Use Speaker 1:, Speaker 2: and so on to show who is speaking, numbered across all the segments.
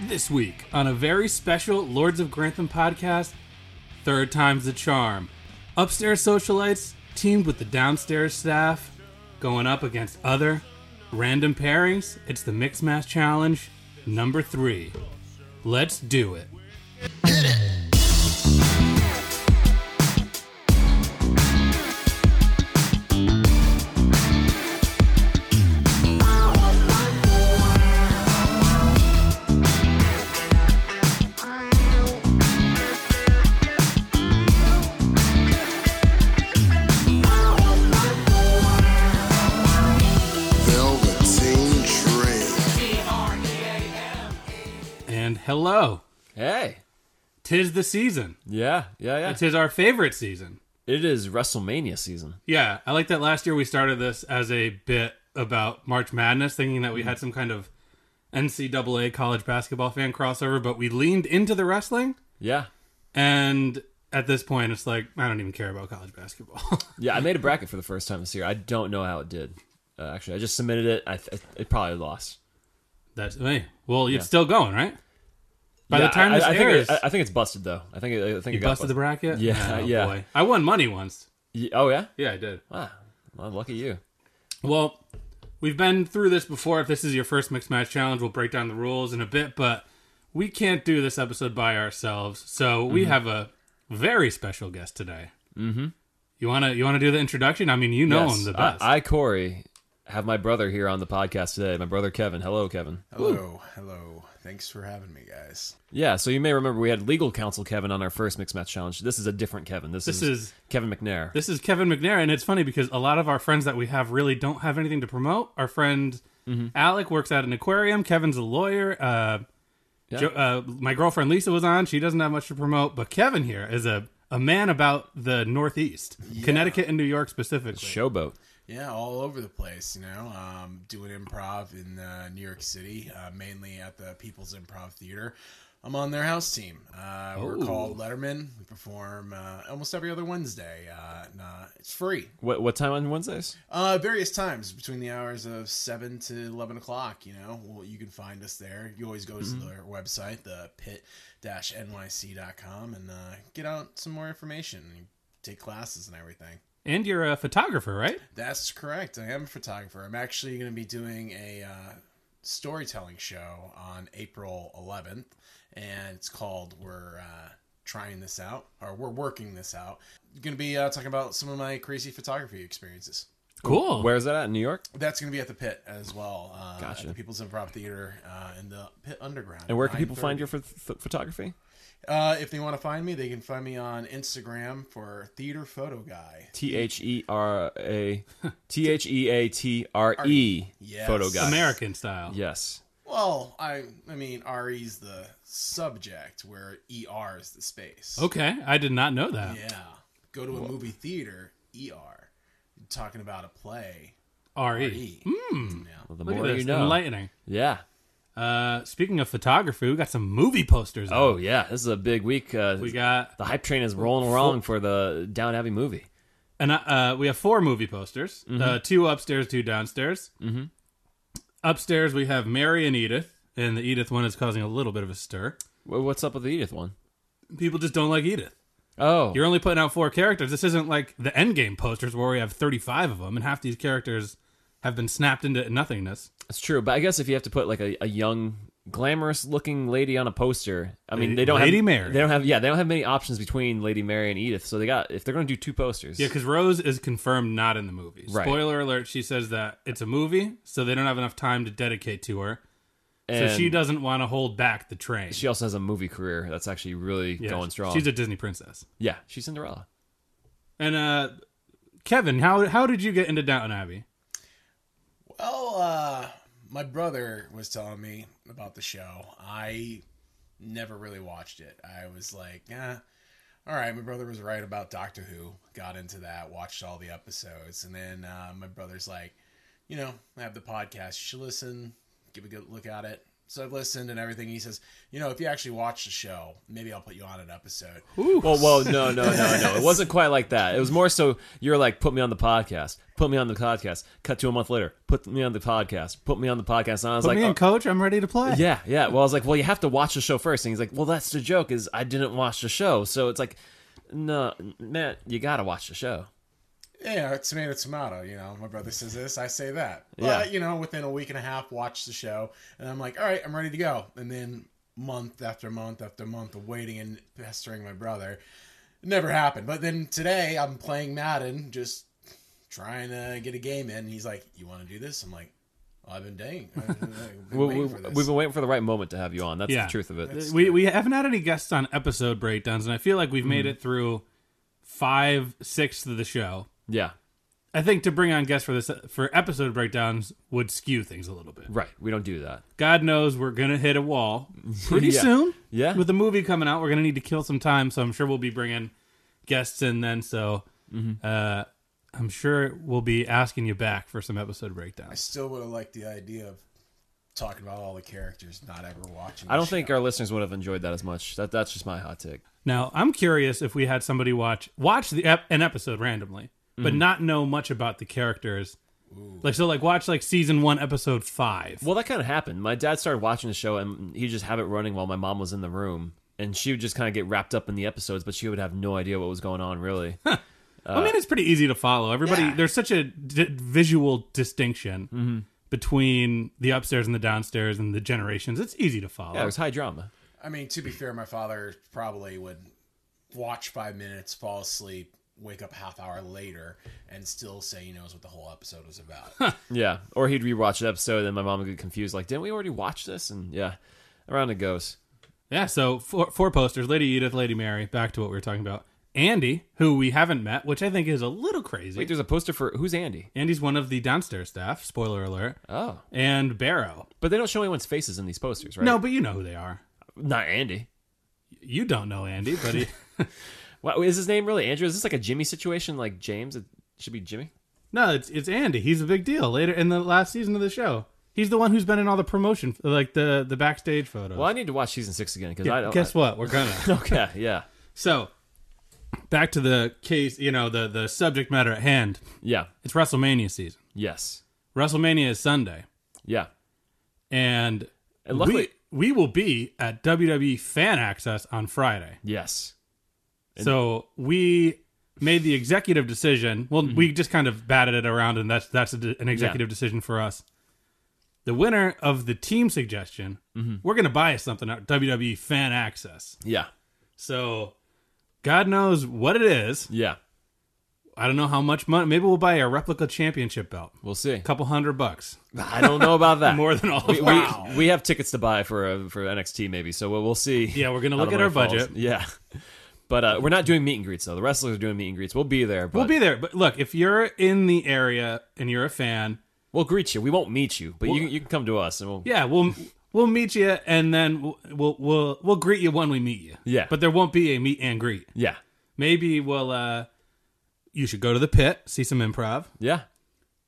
Speaker 1: This week on a very special Lords of Grantham podcast, third time's the charm. Upstairs socialites teamed with the downstairs staff, going up against other random pairings. It's the Mix Match Challenge number three. Let's do it.
Speaker 2: Velveteen Dream.
Speaker 1: And hello,
Speaker 3: Hey.
Speaker 1: tis the season.
Speaker 3: Yeah, yeah, yeah.
Speaker 1: Tis our favorite season.
Speaker 3: It is WrestleMania season.
Speaker 1: Yeah, I like that last year we started this as a bit about March Madness, thinking that we
Speaker 3: Mm.
Speaker 1: had some kind of NCAA college basketball fan crossover, but we leaned into the wrestling.
Speaker 3: Yeah.
Speaker 1: And at this point, it's like, I don't even care about college basketball.
Speaker 3: Yeah, I made a bracket for the first time this year. I don't know how it did. Uh, actually, I just submitted it. I th- it probably lost.
Speaker 1: That's hey, well, it's still going, right? By
Speaker 3: Yeah,
Speaker 1: the time
Speaker 3: I,
Speaker 1: this
Speaker 3: I, think
Speaker 1: airs,
Speaker 3: it, I, I think it's busted though. I think it, I think
Speaker 1: you
Speaker 3: it got
Speaker 1: busted the bracket. Oh,
Speaker 3: Yeah, yeah.
Speaker 1: I won money once.
Speaker 3: Ye- Oh yeah.
Speaker 1: Yeah, I did.
Speaker 3: Wow. Well, lucky you.
Speaker 1: Well, we've been through this before. If this is your first mixed match challenge, we'll break down the rules in a bit, but we can't do this episode by ourselves. So we
Speaker 3: Mm-hmm.
Speaker 1: have a very special guest today. Mm-hmm. You wanna you wanna do the introduction? I mean, you know
Speaker 3: Yes.
Speaker 1: him the
Speaker 3: I-
Speaker 1: best.
Speaker 3: I, Corey, have my brother here on the podcast today. My brother Kevin. Hello, Kevin.
Speaker 2: Hello, hello. Thanks for having me, guys.
Speaker 3: Yeah. So you may remember we had legal counsel Kevin on our first mixed match challenge. This is a different Kevin. This,
Speaker 1: This
Speaker 3: is,
Speaker 1: is-
Speaker 3: Kevin McNair.
Speaker 1: this is Kevin McNair, and it's funny because a lot of our friends that we have really don't have anything to promote. Our friend
Speaker 3: Mm-hmm.
Speaker 1: Alec works at an aquarium. Kevin's a lawyer. Uh,
Speaker 3: Yeah.
Speaker 1: Jo- uh, my girlfriend Lisa was on. She doesn't have much to promote, but Kevin here is a, a man about the Northeast, Connecticut and New York specifically.
Speaker 3: Showboat.
Speaker 2: Yeah, all over the place, you know. Um, doing improv in uh, New York City, uh, mainly at the People's Improv Theater. I'm on their house team. Uh, we're called Letterman. We perform uh, almost every other Wednesday. Uh, and, uh, it's free.
Speaker 3: What what time on Wednesdays?
Speaker 2: Uh, various times between the hours of seven to eleven o'clock. You know, well, you can find us there. You always go to their website, the pit-nyc.com, and uh, get out some more information. and Take classes and everything.
Speaker 1: And you're a photographer, right?
Speaker 2: That's correct. I am a photographer. I'm actually going to be doing a uh, storytelling show on April 11th, and it's called "We're uh, Trying This Out" or "We're Working This Out." going to be uh, talking about some of my crazy photography experiences.
Speaker 1: Cool.
Speaker 3: Where is that at? In New York?
Speaker 2: That's going to be at the Pit as well. Uh,
Speaker 3: Gotcha.
Speaker 2: At the People's Improv Theater uh, in the Pit Underground.
Speaker 3: And where can people find
Speaker 2: 9:30.
Speaker 3: your ph- ph- photography?
Speaker 2: Uh, if they want to find me, they can find me on Instagram for Theater Photo Guy.
Speaker 3: T H E R A T H E A T R E
Speaker 2: Yes.
Speaker 3: photo guy.
Speaker 1: American style.
Speaker 3: Yes.
Speaker 2: Well, I I mean Re's the subject where ER is the space.
Speaker 1: Okay, I did not know that.
Speaker 2: Yeah. Go to a movie theater, ER. Talking about a play.
Speaker 1: R.E.
Speaker 2: E.
Speaker 3: Well, the
Speaker 1: Look at
Speaker 3: more
Speaker 1: this.
Speaker 3: you know.
Speaker 1: Enlightening.
Speaker 3: yeah.
Speaker 1: Uh, speaking of photography, we got some movie posters. up.
Speaker 3: Oh yeah. This is a big week. Uh,
Speaker 1: We got
Speaker 3: the hype train is rolling along for the Down Abbey movie.
Speaker 1: and uh, we have four movie posters.
Speaker 3: Mm-hmm.
Speaker 1: Uh, two upstairs, two downstairs. Mm-hmm. Upstairs we have Mary and Edith, and the Edith one is causing a little bit of a stir.
Speaker 3: Wh- What's up with the Edith one?
Speaker 1: People just don't like Edith.
Speaker 3: Oh,
Speaker 1: You're only putting out four characters. This isn't like the Endgame posters where we have 35 of them, and half these characters have been snapped into nothingness.
Speaker 3: it's true. But I guess if you have to put like a, a young, glamorous-looking lady on a poster, I mean, they don't
Speaker 1: Lady
Speaker 3: have
Speaker 1: Mary.
Speaker 3: They don't have yeah. They don't have many options between Lady Mary and Edith. So they got if they're going to do two posters.
Speaker 1: Yeah, because Rose is confirmed not in the movie.
Speaker 3: Right.
Speaker 1: Spoiler alert, she says that it's a movie, so they don't have enough time to dedicate to her.
Speaker 3: and
Speaker 1: so she doesn't want to hold back the train.
Speaker 3: She also has a movie career that's actually really
Speaker 1: Yeah,
Speaker 3: going strong.
Speaker 1: She's a Disney princess.
Speaker 3: yeah, she's Cinderella.
Speaker 1: And uh Kevin, how how did you get into Downton Abbey?
Speaker 2: Well, uh, my brother was telling me about the show. I never really watched it. I was like, eh. All right, my brother was right about Doctor Who. Got into that, watched all the episodes, and then uh, my brother's like, you know, I have the podcast. You should listen, give a good look at it. So I've listened and everything. He says, you know, if you actually watch the show, maybe I'll put you on an episode.
Speaker 3: Well, well, no, no, no, no. It wasn't quite like that. It was more so you're like, put me on the podcast, put me on the podcast. Cut to a month later, put me on the podcast, put me on the podcast. And I was
Speaker 1: Put
Speaker 3: like,
Speaker 1: me in,
Speaker 3: oh,
Speaker 1: coach. I'm ready to play.
Speaker 3: yeah, yeah. Well, I was like, well, you have to watch the show first. And he's like, well, that's the joke is I didn't watch the show. So it's like, no, man, you gotta watch the show.
Speaker 2: Yeah, tomato, tomato. You know, my brother says this, I say that.
Speaker 3: Yeah.
Speaker 2: But, you know, within a week and a half, watch the show, and I'm like, all right, I'm ready to go. And then month after month after month of waiting and pestering my brother, it never happened. But then today, I'm playing Madden, just trying to get a game in. And he's like, you want to do this? I'm like, well, I've been dang. I've been
Speaker 3: We,
Speaker 2: waiting
Speaker 3: we,
Speaker 2: for this."
Speaker 3: we've been waiting for the right moment to have you on. That's
Speaker 1: Yeah.
Speaker 3: the truth of it.
Speaker 1: Uh, We, we haven't had any guests on episode breakdowns, and I feel like we've
Speaker 3: Hmm.
Speaker 1: made it through five sixths of the show.
Speaker 3: Yeah,
Speaker 1: I think to bring on guests for this for episode breakdowns would skew things a little bit.
Speaker 3: right. We don't do that.
Speaker 1: God knows we're gonna hit a wall pretty
Speaker 3: Yeah.
Speaker 1: soon.
Speaker 3: Yeah.
Speaker 1: with the movie coming out, we're gonna need to kill some time. So I'm sure we'll be bringing guests in then. So
Speaker 3: Mm-hmm.
Speaker 1: uh, I'm sure we'll be asking you back for some episode
Speaker 2: I
Speaker 1: breakdowns.
Speaker 2: still would have liked the idea of talking about all the characters, not ever watching.
Speaker 3: I
Speaker 2: the
Speaker 3: don't
Speaker 2: show.
Speaker 3: think our listeners would have enjoyed that as much. That that's just my hot take.
Speaker 1: Now I'm curious if we had somebody watch watch the ep- an episode randomly, but not know much about the characters. Like so, like watch like season one, episode five.
Speaker 3: Well, that kind of happened. My dad started watching the show, and he just have it running while my mom was in the room, and she would just kind of get wrapped up in the episodes, but she would have no idea what was going on really.
Speaker 1: I mean, it's pretty easy to follow. Everybody,
Speaker 2: Yeah.
Speaker 1: there's such a d- visual distinction between the upstairs and the downstairs and the generations. It's easy to follow.
Speaker 3: yeah, it was high drama.
Speaker 2: I mean, to be fair, my father probably would watch five minutes, fall asleep, wake up a half hour later, and still say he knows what the whole episode was about.
Speaker 3: Yeah, or he'd rewatch the episode, and my mom would get confused, like, "Didn't we already watch this?" And yeah, around it goes.
Speaker 1: Yeah, so four, four posters Lady Edith, Lady Mary, back to what we were talking about. Andy, who we haven't met, which I think is a little crazy.
Speaker 3: Wait, there's a poster for who's Andy?
Speaker 1: Andy's one of the downstairs staff, spoiler alert,
Speaker 3: Oh,
Speaker 1: and Barrow.
Speaker 3: but they don't show anyone's faces in these posters, right?
Speaker 1: No, but you know who they are.
Speaker 3: not Andy.
Speaker 1: You don't know Andy, but he.
Speaker 3: Wow, is his name really Andrew? Is this like a Jimmy situation? Like James? It should be Jimmy.
Speaker 1: No, it's it's Andy. He's a big deal. Later in the last season of the show, he's the one who's been in all the promotion, like the the backstage photos.
Speaker 3: Well, I need to watch season six again because I don't.
Speaker 1: Guess what? We're gonna.
Speaker 3: Okay, yeah,
Speaker 1: so, back to the case. You know the the subject matter at hand.
Speaker 3: yeah,
Speaker 1: It's WrestleMania season.
Speaker 3: yes,
Speaker 1: WrestleMania is Sunday,
Speaker 3: yeah.
Speaker 1: and,
Speaker 3: And luckily-
Speaker 1: we we will be at WWE Fan Access on Friday.
Speaker 3: Yes.
Speaker 1: so we made the executive decision.
Speaker 3: Mm-hmm.
Speaker 1: Well, we just kind of batted it around, and that's that's a de- an executive decision for us. The winner of the team suggestion,
Speaker 3: Mm-hmm.
Speaker 1: we're going to buy us something at WWE E Fan Access.
Speaker 3: Yeah.
Speaker 1: So, God knows what it is.
Speaker 3: Yeah.
Speaker 1: I don't know how much money. Maybe we'll buy a replica championship belt,
Speaker 3: We'll see.
Speaker 1: a couple hundred bucks,
Speaker 3: I don't know about that.
Speaker 1: more than all.
Speaker 3: we,
Speaker 1: of
Speaker 3: we, we have tickets to buy for uh, for NXT maybe, so we'll, we'll see.
Speaker 1: Yeah, we're gonna
Speaker 3: how
Speaker 1: look
Speaker 3: the
Speaker 1: at our
Speaker 3: money falls.
Speaker 1: budget.
Speaker 3: Yeah. But uh, we're not doing meet and greets though. The wrestlers are doing meet and greets. We'll be there. But
Speaker 1: We'll be there. But look, if you're in the area and you're a fan,
Speaker 3: We'll greet you. We won't meet you, but you you can come to us and we'll.
Speaker 1: Yeah, we'll we'll meet you, and then we'll- we'll we'll we'll greet you when we meet you.
Speaker 3: Yeah.
Speaker 1: but there won't be a meet and greet.
Speaker 3: Yeah.
Speaker 1: Maybe we'll uh, you should go to the pit, see some improv,
Speaker 3: Yeah.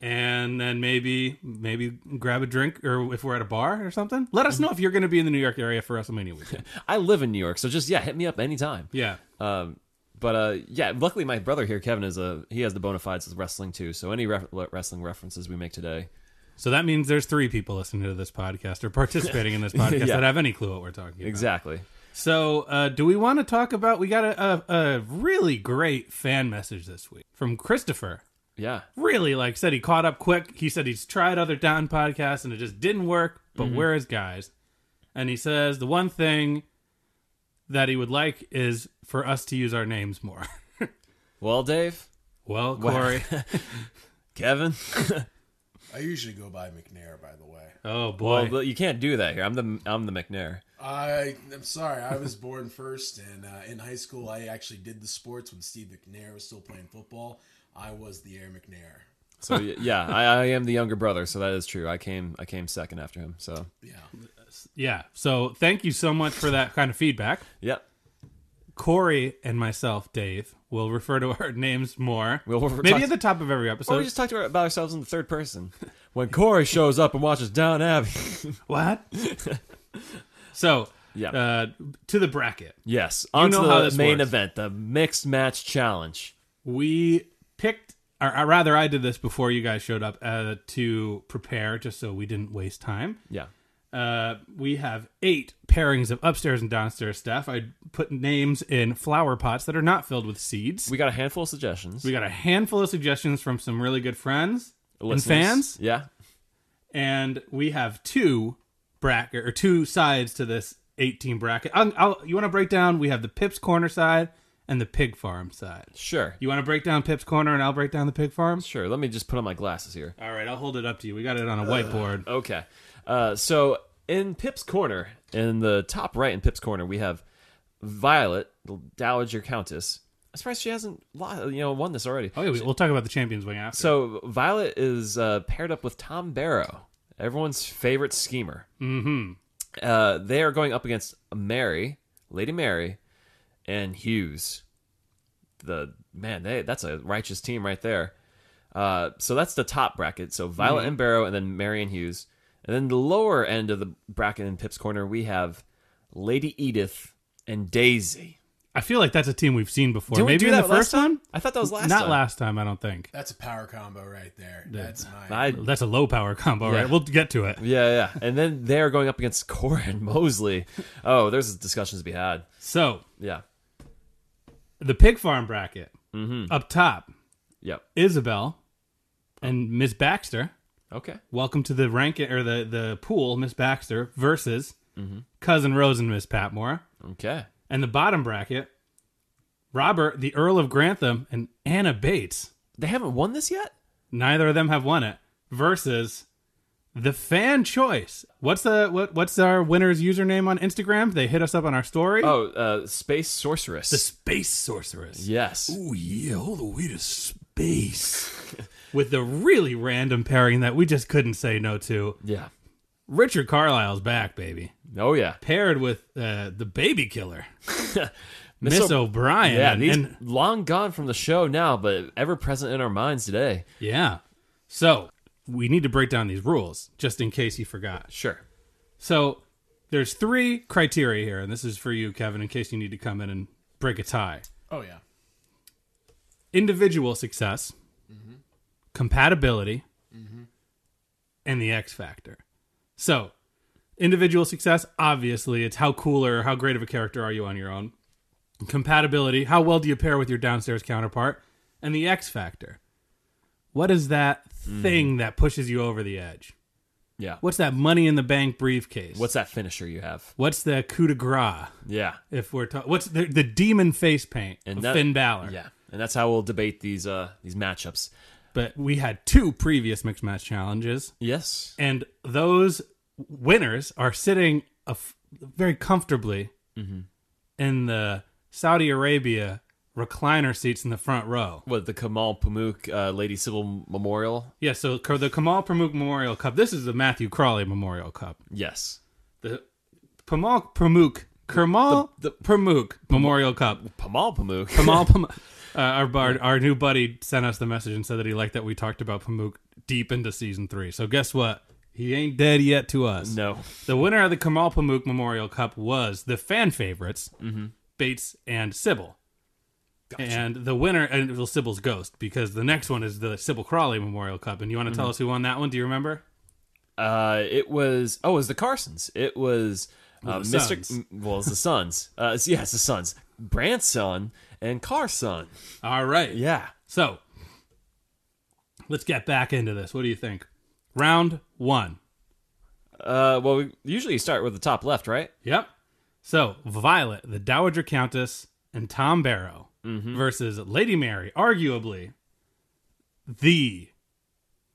Speaker 1: and then maybe maybe grab a drink, or if we're at a bar or something, let us know if you're going to be in the New York area for WrestleMania weekend.
Speaker 3: I live in New York, so just yeah, hit me up anytime.
Speaker 1: yeah,
Speaker 3: Um, but uh, yeah, luckily my brother here, Kevin, is a he has the bona fides with wrestling too. So any ref- wrestling references we make today,
Speaker 1: so that means there's three people listening to this podcast or participating in this podcast
Speaker 3: Yeah.
Speaker 1: that have any clue what we're talking about.
Speaker 3: exactly.
Speaker 1: So, uh, do we want to talk about? We got a, a, a really great fan message this week from Christopher.
Speaker 3: Yeah.
Speaker 1: really like said he caught up quick. He said he's tried other down podcasts and it just didn't work, but
Speaker 3: Mm-hmm.
Speaker 1: where is guys? And he says the one thing that he would like is for us to use our names more.
Speaker 3: Well, Dave,
Speaker 1: well, Corey.
Speaker 3: Kevin.
Speaker 2: I usually go by McNair, by the way.
Speaker 1: oh boy.
Speaker 3: Well, you can't do that here. I'm the I'm the McNair.
Speaker 2: I I'm sorry, I was born first, and uh, in high school, I actually did the sports when Steve McNair was still playing football. I was the Air McNair.
Speaker 3: So y- yeah, I, I am the younger brother, so that is true. I came I came second after him. So
Speaker 2: Yeah,
Speaker 1: yeah. So thank you so much for that kind of feedback.
Speaker 3: yep,
Speaker 1: Corey and myself, Dave, will refer to our names more.
Speaker 3: We'll- we'll
Speaker 1: Maybe
Speaker 3: talk-
Speaker 1: at the top of every
Speaker 3: Or
Speaker 1: episode.
Speaker 3: we just talked about ourselves in the third person. When Corey shows up and watches Down Abbey.
Speaker 1: what? so,
Speaker 3: Yeah.
Speaker 1: uh, to the bracket.
Speaker 3: yes, on
Speaker 1: know how
Speaker 3: to the
Speaker 1: this
Speaker 3: main
Speaker 1: works.
Speaker 3: event, the mixed match challenge.
Speaker 1: we picked or, or rather i did this before you guys showed up uh, to prepare just so we didn't waste time
Speaker 3: Yeah.
Speaker 1: uh, we have eight pairings of upstairs and downstairs staff i put names in flower pots that are not filled with seeds we,
Speaker 3: We got a handful of suggestions.
Speaker 1: got a handful of suggestions from some really good friends
Speaker 3: Listeners.
Speaker 1: and fans
Speaker 3: Yeah.
Speaker 1: and we have two bracket or two sides to this 18 bracket I'll, I'll, you want to break down we have the pips corner side and the pig farm side
Speaker 3: Sure.
Speaker 1: you want to break down pips corner and i'll break down the pig farm
Speaker 3: Sure. Let me just put on my glasses here.
Speaker 1: All right, I'll hold it up to you. We got it on a whiteboard.
Speaker 3: Okay. Uh, so in Pip's corner, in the top right in Pip's corner, we have Violet, the Dowager Countess. I'm surprised she hasn't, lo- you know, won this already.
Speaker 1: oh, yeah, we- we'll talk about the Champions Wing after.
Speaker 3: So Violet is uh, paired up with Tom Barrow, everyone's favorite schemer. Mm-hmm. Uh, they are going up against Mary, Lady Mary, and Hughes. The man, they that's a righteous team right there. Uh, so that's the top bracket. So Violet
Speaker 1: Mm-hmm.
Speaker 3: and Barrow, and then Mary and Hughes, and then the lower end of the bracket in Pip's corner we have Lady Edith and Daisy.
Speaker 1: I feel like that's a team we've seen before.
Speaker 3: Did we
Speaker 1: Maybe
Speaker 3: do
Speaker 1: in
Speaker 3: that
Speaker 1: the
Speaker 3: last
Speaker 1: first time?
Speaker 3: I thought that was last.
Speaker 1: Not
Speaker 3: time.
Speaker 1: last time, I don't think.
Speaker 2: That's a power combo right there. That's my.
Speaker 3: I
Speaker 1: That's a low power combo,
Speaker 3: Yeah.
Speaker 1: right? We'll get to it.
Speaker 3: Yeah, yeah. And then they're going up against Corin Mosley. Oh, there's discussions to be had.
Speaker 1: So,
Speaker 3: Yeah.
Speaker 1: the pig farm bracket up top,
Speaker 3: Yep.
Speaker 1: Isabel and Miss Baxter.
Speaker 3: Okay.
Speaker 1: Welcome to the rank or the, the pool, Miss Baxter versus cousin Rose and Miss Patmore.
Speaker 3: Okay.
Speaker 1: And the bottom bracket, Robert, the Earl of Grantham, and Anna Bates.
Speaker 3: They haven't won this yet?
Speaker 1: neither of them have won it versus the fan choice what's the what what's our winner's username on instagram they hit us up on our story
Speaker 3: Oh, uh Space Sorceress.
Speaker 1: the space sorceress
Speaker 3: yes.
Speaker 1: oh yeah all the way to space with the really random pairing that we just couldn't say no to
Speaker 3: Yeah.
Speaker 1: richard carlisle's back baby
Speaker 3: Oh yeah.
Speaker 1: paired with uh, the baby killer
Speaker 3: Miss
Speaker 1: miss
Speaker 3: O-
Speaker 1: o'brien
Speaker 3: Yeah,
Speaker 1: and-
Speaker 3: these
Speaker 1: and
Speaker 3: long gone from the show now, but ever present in our minds today.
Speaker 1: yeah so we need to break down these rules just in case you forgot
Speaker 3: Sure.
Speaker 1: So there's three criteria here, and this is for you, Kevin, in case you need to come in and break a tie.
Speaker 2: oh yeah.
Speaker 1: Individual success,
Speaker 2: Mm-hmm.
Speaker 1: compatibility, and the X factor. So individual success, obviously, it's how cool or how great of a character are you on your own. Compatibility, how well do you pair with your downstairs counterpart? And the X factor. What is that
Speaker 2: Mm-hmm.
Speaker 1: thing that pushes you over the edge?
Speaker 3: Yeah.
Speaker 1: What's that money in the bank briefcase?
Speaker 3: What's that finisher you have?
Speaker 1: What's the coup de grace?
Speaker 3: Yeah.
Speaker 1: If we're talking, what's the, the demon face paint
Speaker 3: And
Speaker 1: of
Speaker 3: that-
Speaker 1: Finn Balor?
Speaker 3: Yeah. And that's how we'll debate these uh these matchups.
Speaker 1: But we had two previous mixed match challenges,
Speaker 3: Yes.
Speaker 1: and those winners are sitting a f- very comfortably in the Saudi Arabia recliner seats in the front row.
Speaker 3: What the Kamal Pamuk uh, Lady Civil Memorial?
Speaker 1: Yeah, so Ka- the Kamal Pramuk Memorial Cup. This is the Matthew Crawley Memorial Cup.
Speaker 3: Yes.
Speaker 1: The Kamal Pramuk Kamal the,
Speaker 3: The-
Speaker 1: Pramuk Memorial Cup.
Speaker 3: Pamal Pamuk.
Speaker 1: Kamal Pamuk. Uh, our, bard, our new buddy sent us the message and said that he liked that we talked about Pamuk deep into season three. So guess what? He ain't dead yet to us.
Speaker 3: No.
Speaker 1: The winner of the Kamal Pamuk Memorial Cup was the fan favorites,
Speaker 3: Mm-hmm.
Speaker 1: Bates and Sybil. And the winner, and it was Sybil's ghost, because the next one is the Sybil Crawley Memorial Cup. And you want to
Speaker 3: Mm-hmm.
Speaker 1: tell us who won that one? Do you remember?
Speaker 3: Uh, it was oh, it was the Carsons. It was uh,
Speaker 1: the
Speaker 3: Mr.
Speaker 1: Suns.
Speaker 3: M- Well, it's the Sons. Uh, it's, yeah, it's the Sons. Branson and Carson.
Speaker 1: All right.
Speaker 3: Yeah.
Speaker 1: So let's get back into this. What do you think? Round one.
Speaker 3: Uh, well, we usually you start with the top left, right?
Speaker 1: Yep. So Violet, the Dowager Countess, and Tom Barrow
Speaker 3: Mm-hmm.
Speaker 1: versus Lady Mary, arguably the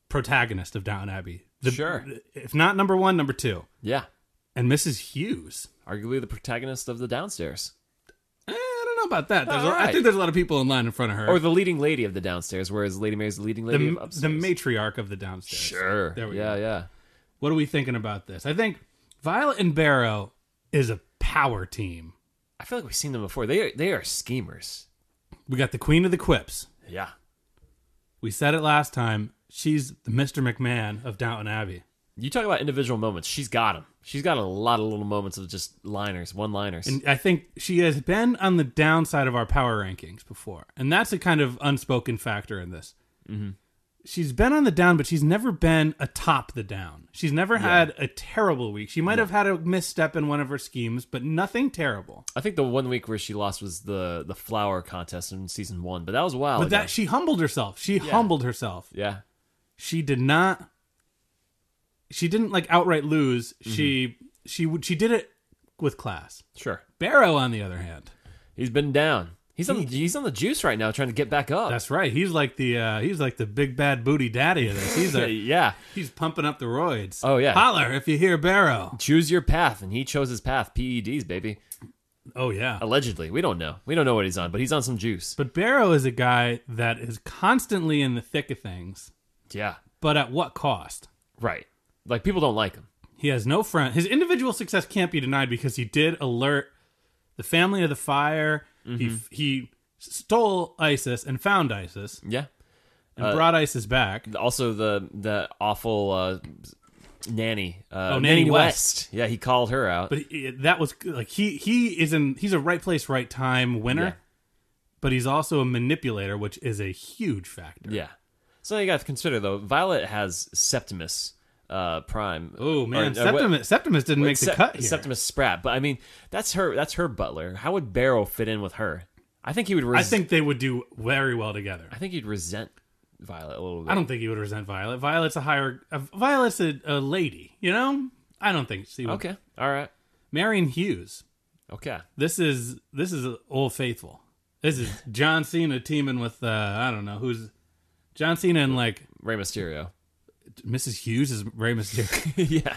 Speaker 1: protagonist of Down Abbey. The-
Speaker 3: Sure.
Speaker 1: If not number one, number two,
Speaker 3: Yeah.
Speaker 1: and Mrs. Hughes.
Speaker 3: Arguably the protagonist of the downstairs,
Speaker 1: Eh, I don't know about that. There's a-
Speaker 3: All right.
Speaker 1: I think there's a lot of people in line in front of her.
Speaker 3: or the leading lady of the downstairs, whereas Lady Mary's the leading
Speaker 1: the,
Speaker 3: lady of upstairs.
Speaker 1: the matriarch of the downstairs.
Speaker 3: Sure.
Speaker 1: There we
Speaker 3: yeah,
Speaker 1: go.
Speaker 3: yeah.
Speaker 1: What are we thinking about this? I think Violet and Barrow is a power team.
Speaker 3: I feel like we've seen them before. They are, they are schemers.
Speaker 1: We got the Queen of the Quips.
Speaker 3: Yeah.
Speaker 1: We said it last time. She's the Mr. McMahon of Downton Abbey.
Speaker 3: You talk about individual moments. She's got them. She's got a lot of little moments of just liners, one liners.
Speaker 1: And I think she has been on the downside of our power rankings before. And that's a kind of unspoken factor in this. She's been on the down, but she's never been atop the down. She's never had a terrible week. She might have had a misstep in one of her schemes, but nothing terrible.
Speaker 3: I think the one week where she lost was the the flower contest in season one, but that was wild.
Speaker 1: But that she humbled herself. She humbled herself.
Speaker 3: yeah,
Speaker 1: she did not she didn't like outright lose she she would she did it with class
Speaker 3: sure.
Speaker 1: barrow on the other hand
Speaker 3: He's been down. He's on the, he's on the juice right now, trying to get back up.
Speaker 1: that's right he's like the uh he's like the big bad booty daddy of this he's
Speaker 3: yeah,
Speaker 1: a
Speaker 3: yeah.
Speaker 1: he's pumping up the roids
Speaker 3: Oh, yeah.
Speaker 1: holler if you hear barrow
Speaker 3: Choose your path, and he chose his path. PEDs, baby.
Speaker 1: oh yeah
Speaker 3: Allegedly, we don't know. We don't know what he's on, but he's on some juice.
Speaker 1: but barrow is a guy that is constantly in the thick of things
Speaker 3: yeah,
Speaker 1: but at what cost
Speaker 3: right. Like people don't like him.
Speaker 1: He has no friend. His individual success can't be denied because he did alert the family of the fire.
Speaker 3: Mm-hmm.
Speaker 1: He he stole ISIS and found ISIS
Speaker 3: Yeah.
Speaker 1: and
Speaker 3: Uh,
Speaker 1: brought ISIS back.
Speaker 3: Also, the the awful uh, nanny. Uh,
Speaker 1: Oh, Nanny
Speaker 3: Yeah, he called her out.
Speaker 1: But he, that was like he he is in he's a right place right time winner.
Speaker 3: Yeah.
Speaker 1: But he's also a manipulator, which is a huge factor.
Speaker 3: Yeah. So you got to consider though. Violet has Septimus uh, Prime.
Speaker 1: Oh man,
Speaker 3: Or- or what-
Speaker 1: Septimus Septimus didn't make the
Speaker 3: Sep-
Speaker 1: cut here.
Speaker 3: Septimus Sprat. But I mean, that's her. That's her butler. How would Barrow fit in with her? I think he would. Res-
Speaker 1: I think they would do very well together.
Speaker 3: I think he'd resent Violet a little bit.
Speaker 1: I don't think he would resent Violet. Violet's a higher. Uh, Violet's a, a lady, you know. I don't think she would.
Speaker 3: Okay. All right.
Speaker 1: Marion Hughes.
Speaker 3: Okay.
Speaker 1: This is this is Old Faithful. This is John Cena teaming with uh, I don't know who's John Cena and like
Speaker 3: Rey Mysterio.
Speaker 1: Mrs. Hughes is Rey Mysterio.
Speaker 3: yeah.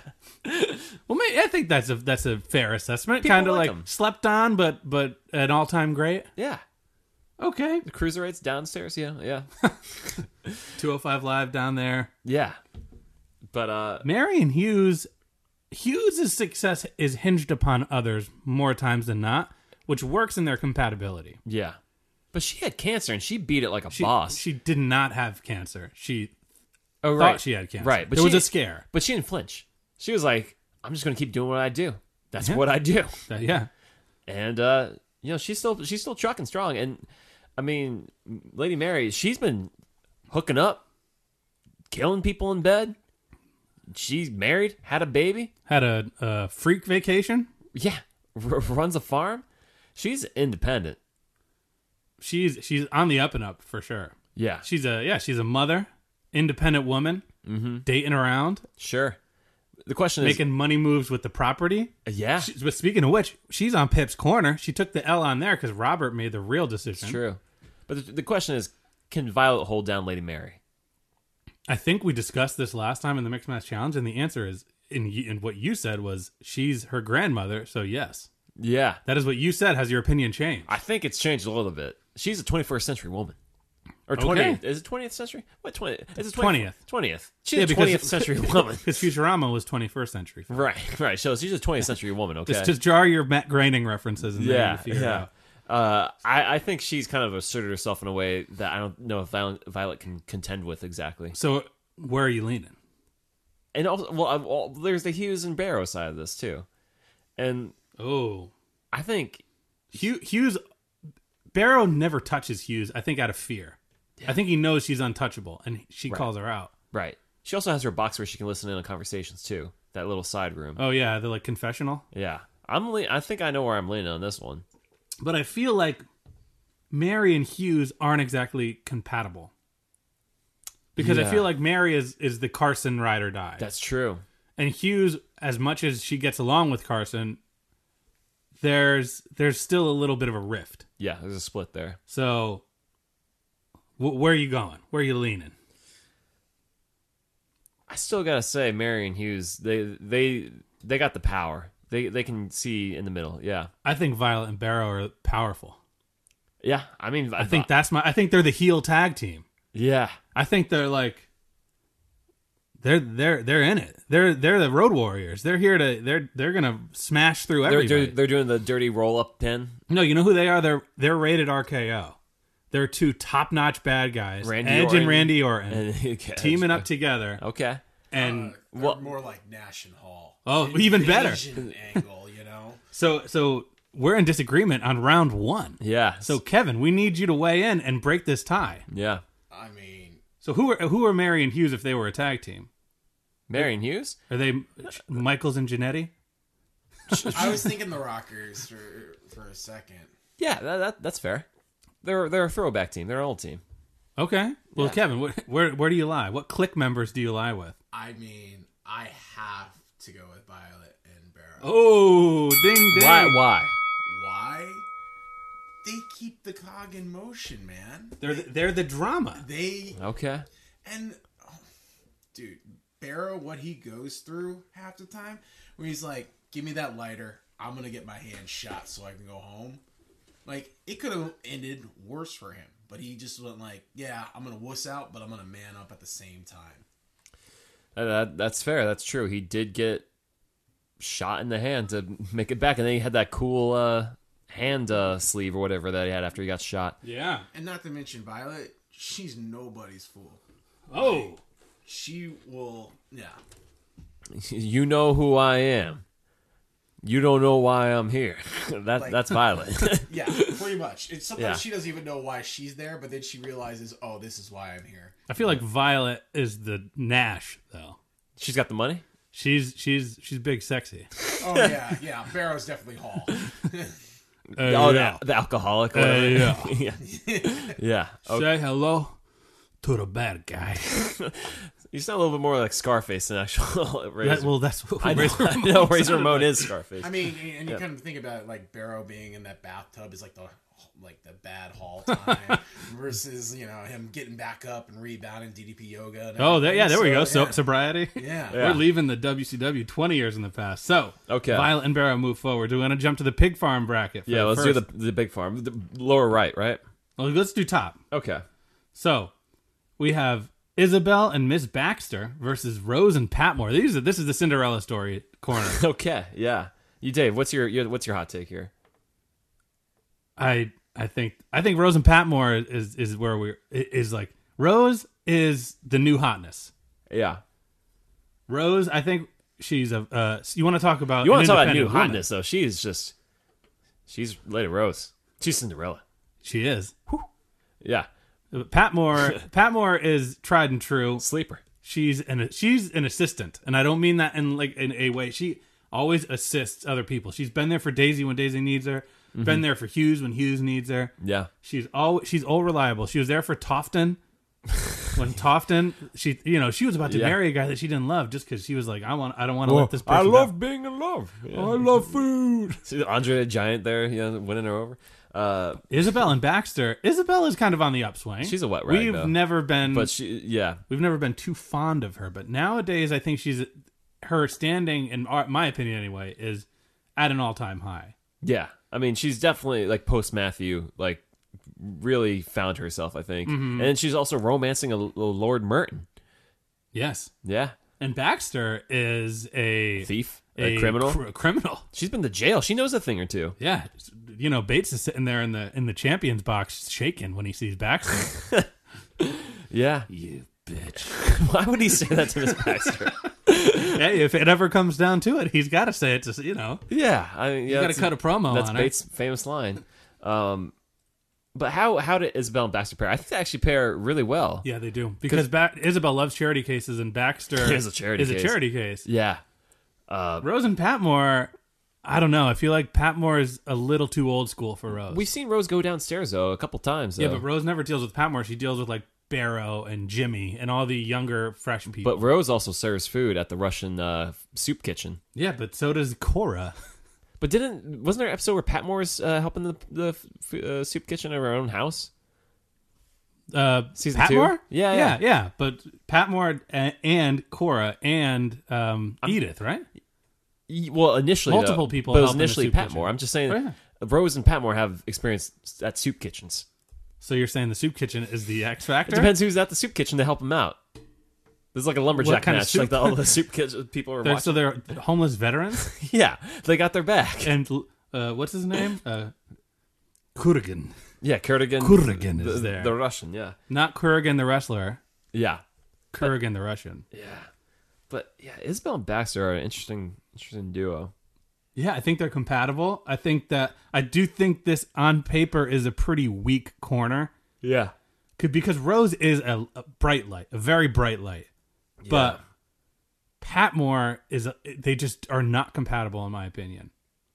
Speaker 1: well, maybe, I think that's a that's a fair assessment. Kind of
Speaker 3: like
Speaker 1: like,
Speaker 3: him.
Speaker 1: slept on, but but an all time great.
Speaker 3: Yeah.
Speaker 1: Okay,
Speaker 3: The cruiserweights downstairs. Yeah. Yeah.
Speaker 1: two hundred five live down there.
Speaker 3: yeah. But uh,
Speaker 1: Marion Hughes. Hughes' success is hinged upon others more times than not, which works in their compatibility.
Speaker 3: yeah. But she had cancer and she beat it like a
Speaker 1: She,
Speaker 3: boss.
Speaker 1: She did not have cancer. She
Speaker 3: oh,
Speaker 1: thought
Speaker 3: right.
Speaker 1: she had cancer.
Speaker 3: Right. But
Speaker 1: there was
Speaker 3: she-
Speaker 1: a scare.
Speaker 3: But she didn't flinch. She was like, "I'm just gonna keep doing what I do. That's what I do."
Speaker 1: Uh, yeah.
Speaker 3: And uh, you know, she's still she's still trucking strong. And I mean, Lady Mary, she's been hooking up, killing people in bed. She's married, had a baby.
Speaker 1: Had a, a freak vacation.
Speaker 3: Yeah, r- runs a farm. She's independent.
Speaker 1: She's she's on the up and up for sure.
Speaker 3: Yeah,
Speaker 1: She's a yeah, she's a mother, independent woman,
Speaker 3: Mm-hmm.
Speaker 1: dating around,
Speaker 3: sure. The question
Speaker 1: making money moves with the property.
Speaker 3: is, yeah,
Speaker 1: She- but speaking of which, she's on Pip's corner. She took the L on there because Robert made the real decision.
Speaker 3: true. But the, the question is, can Violet hold down Lady Mary?
Speaker 1: I think we discussed this last time in the Mixed Match Challenge, and the answer is in y- in what you said was she's her grandmother. So yes,
Speaker 3: Yeah,
Speaker 1: that is what you said. Has your opinion changed?
Speaker 3: I think it's changed a little bit. She's a 21st century woman. Or 20th. Is it 20th century? What 20th? Is it 20th?
Speaker 1: 20th.
Speaker 3: 20th. She's a
Speaker 1: because-
Speaker 3: 20th century woman.
Speaker 1: Because Futurama was 21st century.
Speaker 3: right, right. So she's a 20th century woman, okay?
Speaker 1: Just, just jar your Matt Groening references and then you
Speaker 3: yeah,
Speaker 1: figure it
Speaker 3: yeah.
Speaker 1: out.
Speaker 3: Uh, I, I think she's kind of asserted herself in a way that I don't know if Violet, Violet can contend with exactly.
Speaker 1: So where are you leaning?
Speaker 3: And also, well, I, well, there's the Hughes and Barrow side of this too, and
Speaker 1: Oh,
Speaker 3: I think
Speaker 1: Hugh, Hughes, Barrow never touches Hughes. I think out of fear. I think he knows she's untouchable, and she calls her out.
Speaker 3: right. She also has her box where she can listen in on conversations too. That little side room.
Speaker 1: Oh yeah, the like confessional.
Speaker 3: Yeah, I'm. Le- I think I know where I'm leaning on this one.
Speaker 1: But I feel like Mary and Hughes aren't exactly compatible because I
Speaker 3: Yeah.
Speaker 1: feel like Mary is is the Carson ride or die,
Speaker 3: That's true.
Speaker 1: and Hughes, as much as she gets along with Carson, there's there's still a little bit of a rift.
Speaker 3: Yeah, there's a split there.
Speaker 1: So, wh- where are you going? Where are you leaning?
Speaker 3: I still gotta say, Mary and Hughes, they they they got the power. They they can see in the middle. Yeah,
Speaker 1: I think Violet and Barrow are powerful.
Speaker 3: yeah. I mean, I,
Speaker 1: I think that's my. I think they're the heel tag team.
Speaker 3: Yeah,
Speaker 1: I think they're like They're they're they're in it. They're they're the road warriors. They're here to they're they're gonna smash through
Speaker 3: They're,
Speaker 1: everybody.
Speaker 3: do, they're doing the dirty roll up pin.
Speaker 1: no, you know who they are. They're they're rated RKO. They're two top notch bad guys,
Speaker 3: Randy
Speaker 1: Edge
Speaker 3: Orton. Oh.
Speaker 1: and Randy Orton,
Speaker 3: Teaming
Speaker 1: teaming up together.
Speaker 3: Okay.
Speaker 1: And
Speaker 2: They're
Speaker 3: What-
Speaker 2: more like Nash and Hall.
Speaker 1: Oh, even better.
Speaker 2: Invasion angle, you know.
Speaker 1: so so we're in disagreement on round one.
Speaker 3: Yeah.
Speaker 1: So Kevin, we need you to weigh in and break this tie.
Speaker 3: yeah.
Speaker 2: I mean,
Speaker 1: So who are who are Mary and Hughes if they were a tag team?
Speaker 3: Marion Hughes?
Speaker 1: Are they Michaels and Janetti?
Speaker 2: I was thinking the Rockers for for a second.
Speaker 3: Yeah, that, that, that's fair. They're they're a throwback team. They're an old team.
Speaker 1: Okay. Well, Kevin, wh- where where do you lie? What click members do you lie with?
Speaker 2: I mean, I have to go with Violet and Barrow.
Speaker 1: Oh, ding ding.
Speaker 3: Why? Why?
Speaker 2: Why? They keep the cog in motion, man.
Speaker 1: They're the, they're the drama.
Speaker 2: They
Speaker 3: Okay.
Speaker 2: and oh, dude, Barrow, what he goes through half the time, where he's like, "Give me that lighter. I'm gonna get my hand shot so I can go home." Like it could have ended worse for him, but he just went like, "Yeah, I'm gonna wuss out, but I'm gonna man up at the same time."
Speaker 3: Uh, That, that's fair. That's true. He did get shot in the hand to make it back, and then he had that cool uh, hand uh, sleeve or whatever that he had after he got shot.
Speaker 1: Yeah.
Speaker 2: And not to mention Violet, she's nobody's fool.
Speaker 1: Oh.
Speaker 2: She will, yeah.
Speaker 3: You know who I am. You don't know why I'm here. that that's violent.
Speaker 2: Yeah, pretty much. It's sometimes
Speaker 3: Yeah.
Speaker 2: she doesn't even know why she's there, but then she realizes, oh, this is why I'm here.
Speaker 1: I feel like Violet is the Nash though.
Speaker 3: She's got the
Speaker 1: Uh,
Speaker 3: money.
Speaker 1: She's she's she's big sexy.
Speaker 2: Oh yeah, yeah. Barrow's definitely Hall.
Speaker 1: Uh,
Speaker 3: Oh,
Speaker 1: yeah.
Speaker 3: the, the alcoholic.
Speaker 1: Uh,
Speaker 3: whatever.
Speaker 1: yeah.
Speaker 3: yeah. Yeah. Oh,
Speaker 1: Say hello to the bad guy.
Speaker 3: you sound a little bit more like Scarface than actual Razor.
Speaker 1: That, well, that's what
Speaker 3: I know,
Speaker 1: Razor
Speaker 3: I
Speaker 1: Ramon
Speaker 3: know Razor
Speaker 1: sounded
Speaker 3: Ramon
Speaker 1: like.
Speaker 3: is Scarface.
Speaker 2: I mean, and you kind of think about it, like Barrow being in that bathtub is like the like the bad Hall time versus you know him getting back up and rebounding DDP yoga. And
Speaker 1: Oh, there, yeah, there
Speaker 2: everything.
Speaker 1: we go.
Speaker 2: So,
Speaker 1: So, sobriety.
Speaker 2: yeah.
Speaker 3: Yeah.
Speaker 1: We're leaving the WCW 20 years in the past. So,
Speaker 3: Okay.
Speaker 1: Violet and Barrow move forward. Do we want to jump to the pig farm bracket? for
Speaker 3: yeah, let's do
Speaker 1: first?
Speaker 3: the the big farm. The lower right, right?
Speaker 1: Well, let's do top.
Speaker 3: Okay.
Speaker 1: So, we have Isabel and Miss Baxter versus Rose and Patmore. These are this is the Cinderella story corner.
Speaker 3: Okay. Yeah. You Dave, what's your, your what's your hot take here?
Speaker 1: I I think I think Rose and Patmore is is where we is like Rose is the new hotness.
Speaker 3: Yeah.
Speaker 1: Rose, I think she's a uh, you want to talk about
Speaker 3: You
Speaker 1: an
Speaker 3: want to talk about new
Speaker 1: independent woman.
Speaker 3: hotness though? She is just she's Lady Rose. She's Cinderella.
Speaker 1: She is.
Speaker 3: Yeah.
Speaker 1: Patmore Patmore is tried and true.
Speaker 3: Sleeper.
Speaker 1: She's an she's an assistant, and I don't mean that in like in a way. She always assists other people. She's been there for Daisy when Daisy needs her. Been there for Hughes when Hughes needs her.
Speaker 3: Mm-hmm. Yeah.
Speaker 1: She's all she's all reliable. She was there for Tofton. when Tofton, she you know she was about to
Speaker 3: Yeah.
Speaker 1: marry a guy that she didn't love just because she was like I want I don't want to let this person. down.
Speaker 3: being in love.
Speaker 1: I love food.
Speaker 3: See Andre the Giant there, yeah, winning her over. Uh,
Speaker 1: Isabel and Baxter. Isabel is kind of on the upswing.
Speaker 3: She's a wet rag,
Speaker 1: We've
Speaker 3: though.
Speaker 1: never been
Speaker 3: but she, yeah,
Speaker 1: we've never been too fond of her. But nowadays, I think she's her standing, in our- my opinion anyway, is at an all time high.
Speaker 3: yeah. I mean, she's definitely like post Matthew, like really found herself. I think, and she's also romancing a, a Lord Merton.
Speaker 1: Yes,
Speaker 3: Yeah,
Speaker 1: and Baxter is a
Speaker 3: thief, a, criminal.
Speaker 1: cr- criminal.
Speaker 3: she's been to jail. She knows a thing or two.
Speaker 1: Yeah, you know Bates is sitting there in the in the champions box, shaking when he sees Baxter.
Speaker 3: Yeah.
Speaker 1: you bitch!
Speaker 3: Why would he say that to Miss Baxter?
Speaker 1: hey, if it ever comes down to it, he's got to say it. To you know,
Speaker 3: yeah, I mean, yeah,
Speaker 1: you got
Speaker 3: that's-
Speaker 1: to cut a promo
Speaker 3: That's
Speaker 1: on
Speaker 3: Bates' famous line. Um, but how how did Isabel and Baxter pair? I think they actually pair really well.
Speaker 1: it. Yeah, they do because ba- Isabel loves charity cases, and Baxter
Speaker 3: Is a charity
Speaker 1: is a
Speaker 3: case.
Speaker 1: charity case.
Speaker 3: Yeah.
Speaker 1: Rose and Patmore, I don't know. I feel like Patmore is a little too old school for Rose.
Speaker 3: We've seen Rose go downstairs though a couple times. Though.
Speaker 1: yeah, but Rose never deals with Patmore. She deals with like Barrow and Jimmy and all the younger, fresh people.
Speaker 3: But Rose also serves food at the Russian uh, soup kitchen.
Speaker 1: yeah, but so does Cora.
Speaker 3: But didn't wasn't there an episode where Patmore's uh, helping the the f- f- uh, soup kitchen at her own house?
Speaker 1: Uh,
Speaker 3: Season
Speaker 1: Patmore?
Speaker 3: two? Yeah,
Speaker 1: yeah,
Speaker 3: yeah.
Speaker 1: yeah. But Patmore and, and Cora and um, Edith, right?
Speaker 3: Y- Well, initially though,
Speaker 1: Multiple people
Speaker 3: but it was
Speaker 1: helping the
Speaker 3: initially
Speaker 1: soup
Speaker 3: Patmore.
Speaker 1: kitchen.
Speaker 3: I'm just saying,
Speaker 1: Oh, yeah.
Speaker 3: Rose and Patmore have experience s- at soup kitchens.
Speaker 1: So you're saying the soup kitchen is the X
Speaker 3: It
Speaker 1: Factor?
Speaker 3: depends who's at the soup kitchen to help them out. This is like a lumberjack
Speaker 1: kind of
Speaker 3: match. Like
Speaker 1: soup?
Speaker 3: the, all the soup kids, people are
Speaker 1: They're,
Speaker 3: watching.
Speaker 1: so they're homeless veterans,
Speaker 3: yeah, they got their back.
Speaker 1: and uh, what's his name? Uh, Kurgan,
Speaker 3: Yeah, Kurgan.
Speaker 1: Kurgan
Speaker 3: the,
Speaker 1: is there.
Speaker 3: the Russian. Yeah,
Speaker 1: not Kurgan the wrestler.
Speaker 3: yeah,
Speaker 1: Kurgan the Russian.
Speaker 3: yeah. But yeah, Isabel and Baxter are an interesting, interesting duo.
Speaker 1: Yeah, I think they're compatible. I think that I do think this on paper is a pretty weak corner.
Speaker 3: Yeah,
Speaker 1: Could because Rose is a, a bright light, a very bright light. But Patmore is a, they just are not compatible in my opinion.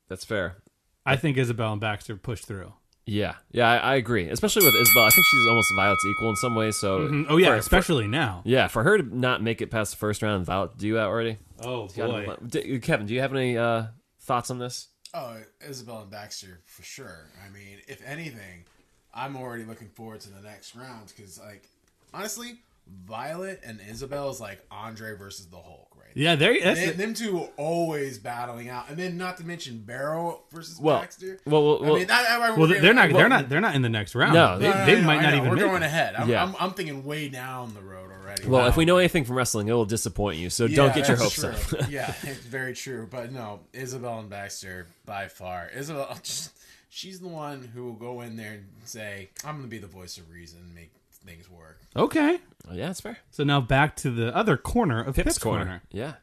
Speaker 3: that's fair.
Speaker 1: I think Isabel and Baxter push through.
Speaker 3: Yeah, yeah, I, I agree. Especially with Isabel, I think she's almost Violet's equal in some ways. So,
Speaker 1: Oh yeah,
Speaker 3: for-
Speaker 1: especially now.
Speaker 3: yeah, for her to not make it past the first round, and Violet to do that already.
Speaker 1: Oh
Speaker 3: Gotta-
Speaker 1: boy.
Speaker 3: D- Kevin, do you have any uh, thoughts on this?
Speaker 2: Oh, Isabel and Baxter for sure. I mean, if anything, I'm already looking forward to the next round because, like, honestly, Violet and Isabel is like Andre versus the Hulk, right?
Speaker 1: Yeah, there that's
Speaker 2: They, them two are always battling out, and then not to mention Barrow versus
Speaker 3: Well,
Speaker 2: Baxter.
Speaker 3: well, well, well-
Speaker 2: I mean, that, I- I-
Speaker 1: Well, they're not.
Speaker 2: No,
Speaker 1: They're not. They're not in the next round.
Speaker 3: No,
Speaker 1: they,
Speaker 2: no, no,
Speaker 1: they
Speaker 2: no,
Speaker 1: might
Speaker 2: I
Speaker 1: not
Speaker 2: know.
Speaker 1: even.
Speaker 2: We're
Speaker 1: make
Speaker 2: going
Speaker 1: it.
Speaker 2: ahead. I'm,
Speaker 3: Yeah.
Speaker 2: I'm, I'm thinking way down the road already.
Speaker 3: Well, if we know anything from wrestling, it will disappoint you. So don't get your
Speaker 2: that's
Speaker 3: hopes up.
Speaker 2: true. yeah, it's very true. But no, Isabel and Baxter by far. Isabel, just, she's the one who will go in there and say, "I'm going to be the voice of reason, and make things work."
Speaker 1: Okay.
Speaker 3: Oh, yeah, that's fair.
Speaker 1: So now back to the other corner of Pip's,
Speaker 3: Pip's corner.
Speaker 1: corner.
Speaker 3: Yeah.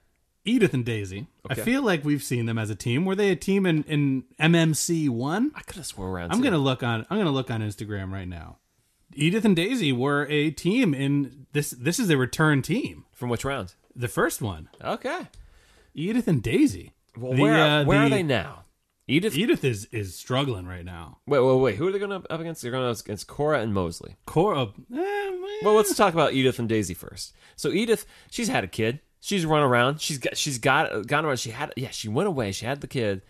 Speaker 1: Edith and Daisy.
Speaker 3: Okay.
Speaker 1: I feel like we've seen them as a team. Were they a team in, in MMC one?
Speaker 3: I could have swore around.
Speaker 1: I'm
Speaker 3: too.
Speaker 1: gonna look on I'm gonna look on Instagram right now. Edith and Daisy were a team in this this is a return team.
Speaker 3: From which round?
Speaker 1: The first one.
Speaker 3: Okay.
Speaker 1: Edith and Daisy.
Speaker 3: Well,
Speaker 1: The,
Speaker 3: where,
Speaker 1: uh,
Speaker 3: where are
Speaker 1: the-
Speaker 3: they now? Edith.
Speaker 1: Edith is is struggling right now.
Speaker 3: Wait, wait, wait. Who are they going up against? They're going up against Cora and Mosley.
Speaker 1: Cora eh,
Speaker 3: Well, let's talk about Edith and Daisy first. So Edith, she's had a kid. She's run around. She's got. She's got. Gone around. She had. Yeah, she went away. She had the kid.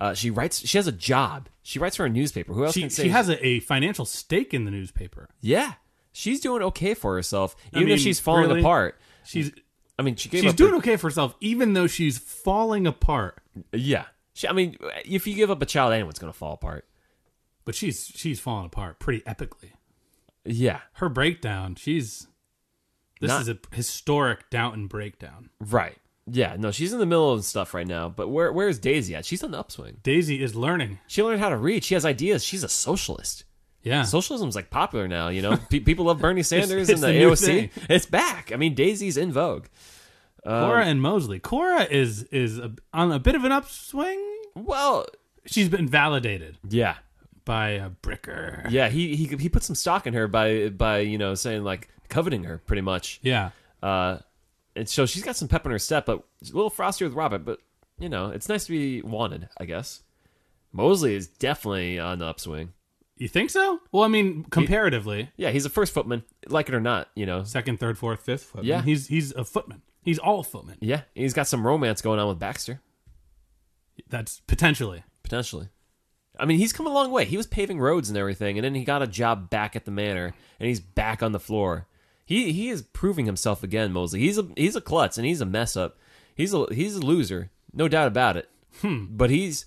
Speaker 3: Uh, she writes. She has a job. She writes for a newspaper. Who else
Speaker 1: she
Speaker 3: can say
Speaker 1: she has a, a financial stake in the newspaper.
Speaker 3: Yeah, she's doing okay for herself, even
Speaker 1: mean,
Speaker 3: if she's falling
Speaker 1: really?
Speaker 3: apart.
Speaker 1: She's
Speaker 3: I mean, she gave
Speaker 1: she's
Speaker 3: up
Speaker 1: doing okay for herself, even though she's falling apart.
Speaker 3: her- yeah, she, I mean, if you give up a child, anyone's gonna fall apart.
Speaker 1: But she's she's falling apart pretty epically.
Speaker 3: Yeah,
Speaker 1: Her breakdown, she's this
Speaker 3: Not-
Speaker 1: is a historic Downton breakdown.
Speaker 3: right. Yeah, no, she's in the middle of stuff right now. But where where is Daisy at? She's on the upswing.
Speaker 1: Daisy is learning.
Speaker 3: She learned how to read. She has ideas. She's a socialist.
Speaker 1: Yeah.
Speaker 3: Socialism's like popular now. You know, Pe- people love Bernie Sanders
Speaker 1: it's
Speaker 3: and the,
Speaker 1: the new
Speaker 3: AOC.
Speaker 1: thing.
Speaker 3: It's back. I mean, Daisy's in vogue.
Speaker 1: Cora and Mosley. Uh, Cora is is a, on a bit of an upswing.
Speaker 3: Well,
Speaker 1: She's been validated
Speaker 3: yeah,
Speaker 1: by a bricker.
Speaker 3: yeah. He he he put some stock in her by by you know saying like coveting her pretty much.
Speaker 1: Yeah.
Speaker 3: Uh, and so she's got some pep in her step, but she's a little frosty with Robin. But you know, it's nice to be wanted, I guess. Mosley is definitely on the upswing.
Speaker 1: You think so? Well, I mean, comparatively,
Speaker 3: Yeah, he's a first footman, like it or not. You know,
Speaker 1: second, third, fourth, fifth footman.
Speaker 3: Yeah.
Speaker 1: He's he's a footman. He's all footman.
Speaker 3: yeah, he's got some romance going on with Baxter
Speaker 1: That's potentially.
Speaker 3: potentially. I mean, he's come a long way. He was paving roads and everything, and then he got a job back at the manor, and he's back on the floor. He he is proving himself again, Mosley. He's a he's a klutz and he's a mess up. He's a he's a loser, no doubt about it. But he's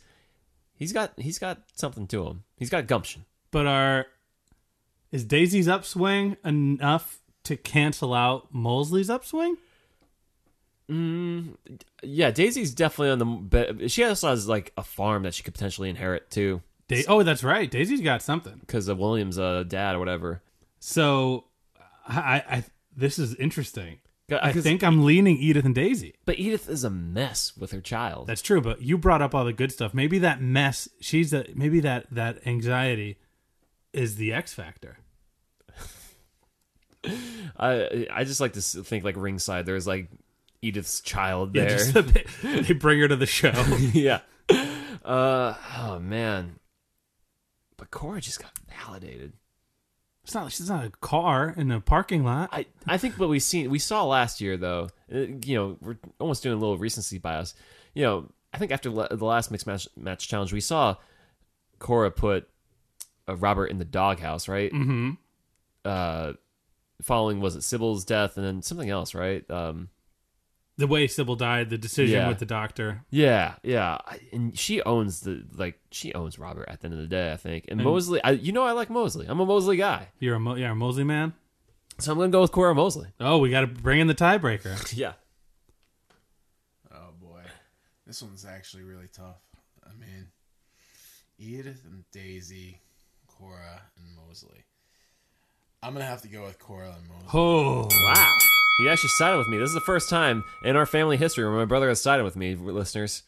Speaker 3: he's got he's got something to him. He's got gumption.
Speaker 1: But are is Daisy's upswing enough to cancel out Mosley's upswing?
Speaker 3: Yeah, Daisy's definitely on the. but She also has like a farm that she could potentially inherit too,
Speaker 1: Da- oh, that's right. Daisy's got something.
Speaker 3: because of William's uh, dad or whatever.
Speaker 1: So, I, I this is interesting. I
Speaker 3: 'Cause-
Speaker 1: think I'm leaning Edith and Daisy.
Speaker 3: but Edith is a mess with her child.
Speaker 1: That's true, but you brought up all the good stuff. Maybe that mess, she's the maybe that that anxiety is the X factor.
Speaker 3: I I just like to s- think like ringside. There's like Edith's child
Speaker 1: Yeah,
Speaker 3: there.
Speaker 1: just the bit- they bring her to the show.
Speaker 3: yeah. Uh oh man. But Cora just got validated.
Speaker 1: It's not she's not a car in a parking lot.
Speaker 3: I, I think what we seen we saw last year though, uh, you know, we're almost doing a little recency bias. You know, I think after la- the last mixed match match challenge, we saw Cora put uh, Robert in the doghouse, right? Mm-hmm. Uh, following was it Sybil's death and then something else, right? Um,
Speaker 1: The way Sybil died, the decision
Speaker 3: Yeah.
Speaker 1: with the doctor.
Speaker 3: yeah, yeah, I- and she owns the like she owns Robert at the end of the day, I think. And, Mosley, I, you know, I like Mosley. I'm a Mosley guy.
Speaker 1: You're a Mo- yeah, a Mosley man.
Speaker 3: So I'm going to go with Cora Mosley.
Speaker 1: Oh, we got to bring in the tiebreaker.
Speaker 3: Yeah.
Speaker 2: Oh boy, this one's actually really tough. I mean, Edith and Daisy, Cora and Mosley. I'm gonna have to go with Cora and Mosley.
Speaker 1: Oh,
Speaker 3: Wow. He actually sided with me. This is the first time in our family history where my brother has sided with me, listeners.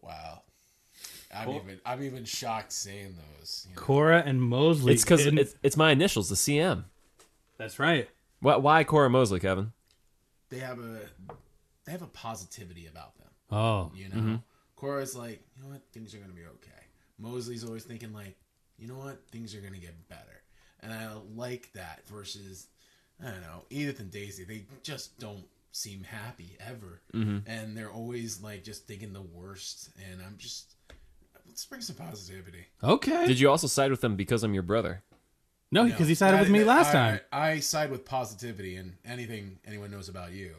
Speaker 2: Wow, I'm even I'm even shocked saying those. You know,
Speaker 1: Cora and Mosley.
Speaker 3: It's because
Speaker 1: And-
Speaker 3: it's, it's my initials, the CM.
Speaker 1: that's right.
Speaker 3: Why, why Cora Mosley, Kevin?
Speaker 2: they have a they have a positivity about them.
Speaker 1: Oh,
Speaker 2: You know, Cora's like, you know what, things are gonna be okay. Mosley's always thinking like, you know what, things are gonna get better, and I like that versus, I don't know, Edith and Daisy. They just don't seem happy ever,
Speaker 1: Mm-hmm.
Speaker 2: and they're always like just thinking the worst. And I'm just let's bring some positivity.
Speaker 1: okay.
Speaker 3: Did you also side with them because I'm your brother?
Speaker 1: no, because he Oh, sided
Speaker 2: I-
Speaker 1: with me last
Speaker 2: I-
Speaker 1: time.
Speaker 2: I, side with positivity and anything anyone knows about you.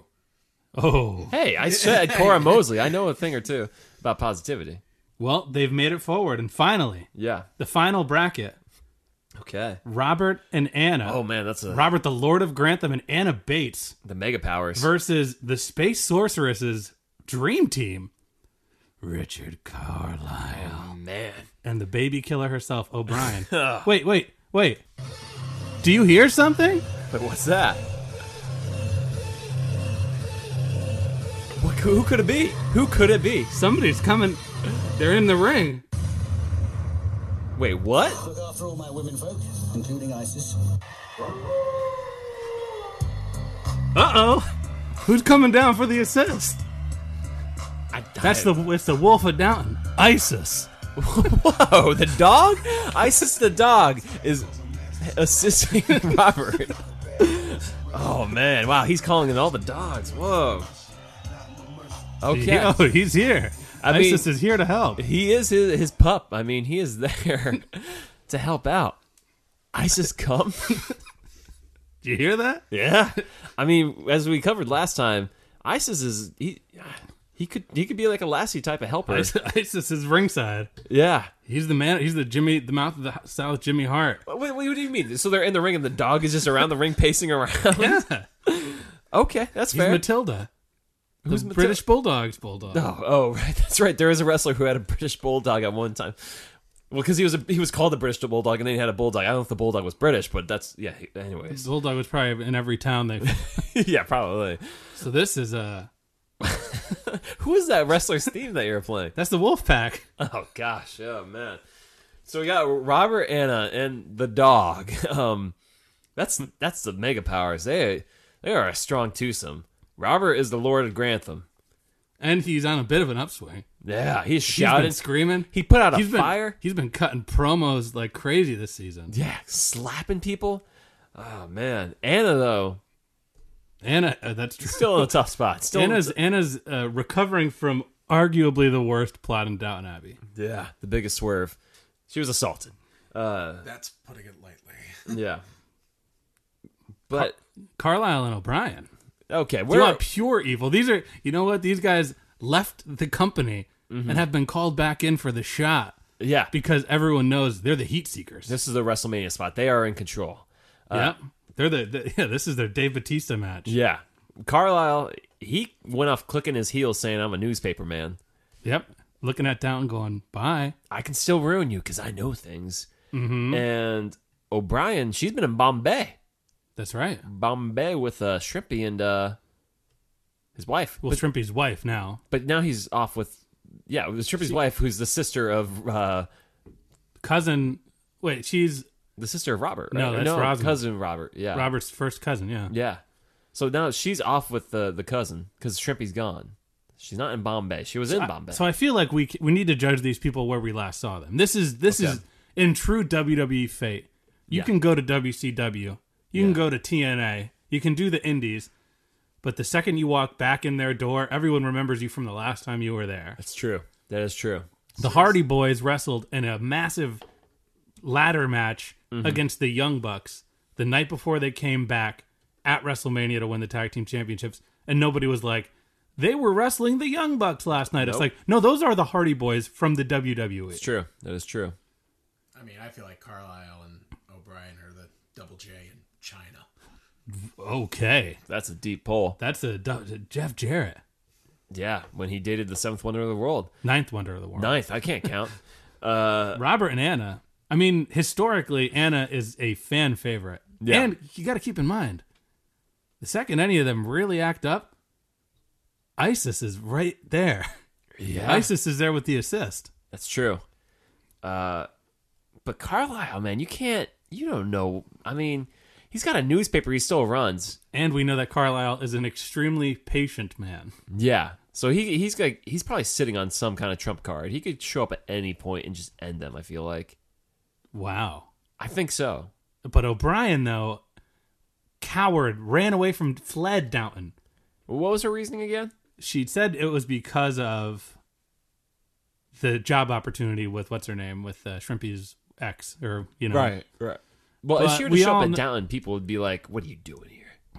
Speaker 1: Oh,
Speaker 3: Hey, I said Cora Mosley. I know a thing or two about positivity.
Speaker 1: well, they've made it forward, and finally,
Speaker 3: Yeah.
Speaker 1: the final bracket:
Speaker 3: Okay.
Speaker 1: Robert and Anna.
Speaker 3: Oh man, that's a,
Speaker 1: Robert, the Lord of Grantham, and Anna Bates
Speaker 3: the mega powers.
Speaker 1: versus the Space Sorceress's Dream Team, Richard Carlisle,
Speaker 3: oh man.
Speaker 1: and the baby killer herself, O'Brien.
Speaker 3: Ah.
Speaker 1: wait, wait, wait. Do you hear something?
Speaker 3: But what's that? What, cou- who could it be? Who could it be?
Speaker 1: Somebody's coming. They're in the ring.
Speaker 3: Wait, what?
Speaker 4: Look after all my women folk, including Isis.
Speaker 1: Uh oh. Who's coming down for the assist?
Speaker 3: I
Speaker 1: That's the it's the Wolf of Downton, ISIS.
Speaker 3: Whoa, the dog? Isis the dog is assisting Robert. Oh man, wow, he's calling in all the dogs. Whoa. Okay.
Speaker 1: Yeah, oh, he's here.
Speaker 3: I mean-
Speaker 1: ISIS is here to help.
Speaker 3: He is his, his pup. I mean, he is there to help out. Isis come?
Speaker 1: Do you hear that?
Speaker 3: yeah. I mean, as we covered last time, Isis is he he could he could be like a lassie type of helper.
Speaker 1: ISIS, ISIS is ringside.
Speaker 3: Yeah.
Speaker 1: He's the man. He's the Jimmy, the mouth of the South, Jimmy Hart.
Speaker 3: Wait, wait, what do you mean? So they're in the ring and the dog is just around the ring pacing around?
Speaker 1: Yeah,
Speaker 3: Okay, that's
Speaker 1: he's
Speaker 3: fair.
Speaker 1: Matilda.
Speaker 3: Who's
Speaker 1: the
Speaker 3: Matil-
Speaker 1: British Bulldog's bulldog.
Speaker 3: Oh, oh, right. That's right. There is a wrestler who had a British bulldog at one time. Well, because he was a, he was called the British bulldog, and then he had a bulldog. I don't know if the bulldog was British, but that's yeah. he- Anyways,
Speaker 1: Bulldog was probably in every town they.
Speaker 3: yeah, probably.
Speaker 1: so this is uh
Speaker 3: Who is that wrestler's theme that you're playing?
Speaker 1: that's the Wolf Pack.
Speaker 3: Oh gosh, oh man. So we got Robert Anna and the dog. Um, that's that's the mega powers. They they are a strong twosome. Robert is the Lord of Grantham.
Speaker 1: and he's on a bit of an upswing.
Speaker 3: Yeah, he's
Speaker 1: He's
Speaker 3: shouting.
Speaker 1: been screaming.
Speaker 3: he put out a
Speaker 1: He's been
Speaker 3: fire.
Speaker 1: He's been cutting promos like crazy this season.
Speaker 3: Yeah, slapping people. Oh man, Anna though
Speaker 1: Anna, uh, that's true.
Speaker 3: still in a tough spot. Still,
Speaker 1: Anna's Anna's uh, recovering from arguably the worst plot in Downton Abbey.
Speaker 3: yeah, the biggest swerve. She was assaulted.
Speaker 2: That's putting it lightly.
Speaker 3: Yeah, but
Speaker 1: Carlisle and O'Brien.
Speaker 3: okay,
Speaker 1: They're
Speaker 3: we're
Speaker 1: not pure evil. These are you know what? These guys left the company and have been called back in for the shot
Speaker 3: yeah.
Speaker 1: because everyone knows they're the heat seekers.
Speaker 3: This is the WrestleMania spot. They are in control.
Speaker 1: yep. They're the, the yeah, this is their Dave Batista match.
Speaker 3: Yeah. Carlisle, he went off clicking his heels saying, I'm a newspaper man.
Speaker 1: Yep. Looking at Downton going, bye.
Speaker 3: I can still ruin you because I know things. Mm-hmm. And O'Brien, she's been in Bombay.
Speaker 1: That's right.
Speaker 3: Bombay with uh, Shrimpy and uh, his wife.
Speaker 1: Well,
Speaker 3: but,
Speaker 1: Shrimpy's wife now.
Speaker 3: but now he's off with, yeah, it was Shrimpy's wife, who's the sister of. Uh,
Speaker 1: Cousin, wait, she's
Speaker 3: the sister of Robert, right?
Speaker 1: No, that's
Speaker 3: no,
Speaker 1: Rosamund.
Speaker 3: cousin Robert. Yeah,
Speaker 1: Robert's first cousin, yeah.
Speaker 3: yeah. So now she's off with the the cousin because Shrimpy's gone. She's not in Bombay. She was in Bombay.
Speaker 1: So I feel like we c- we need to judge these people where we last saw them. This is this is in true WWE fate. You
Speaker 3: Yeah.
Speaker 1: can go to WCW, you can go to TNA, you can do the Indies, but the second you walk back in their door, everyone remembers you from the last time you were there.
Speaker 3: that's true. That is true.
Speaker 1: The Hardy Boys wrestled in a massive ladder match against the Young Bucks the night before they came back at WrestleMania to win the tag team championships, and nobody was like. They were wrestling the Young Bucks last night. It's like, no, those are the Hardy Boys from the E. WWE.
Speaker 3: It's true. That is true.
Speaker 2: I mean, I feel like Carlisle and O'Brien are the double J in China.
Speaker 1: Okay,
Speaker 3: That's a deep poll.
Speaker 1: that's a du- Jeff Jarrett,
Speaker 3: Yeah, when he dated the seventh wonder of the world,
Speaker 1: ninth wonder of the world.
Speaker 3: ninth. I can't count. Uh,
Speaker 1: Robert and Anna. I mean, historically, Anna is a fan favorite.
Speaker 3: Yeah.
Speaker 1: And you got to keep in mind, the second any of them really act up, ISIS is right there.
Speaker 3: yeah,
Speaker 1: ISIS is there with the assist.
Speaker 3: that's true. Uh, but Carlisle, man, you can't. You don't know. I mean, he's got a newspaper. He still runs.
Speaker 1: And we know that Carlisle is an extremely patient man.
Speaker 3: Yeah. So he he's like he's probably sitting on some kind of trump card. He could show up at any point and just end them. I feel like.
Speaker 1: Wow.
Speaker 3: I think so.
Speaker 1: But O'Brien, though, coward, ran away from, fled Downton.
Speaker 3: What was her reasoning again?
Speaker 1: She said it was because of the job opportunity with what's her name, with uh, Shrimpy's ex, or, you know.
Speaker 3: Right. Well, if
Speaker 1: But
Speaker 3: she were to
Speaker 1: we
Speaker 3: show
Speaker 1: all
Speaker 3: up at
Speaker 1: kn-
Speaker 3: Downton, people would be like, "What are you doing here?"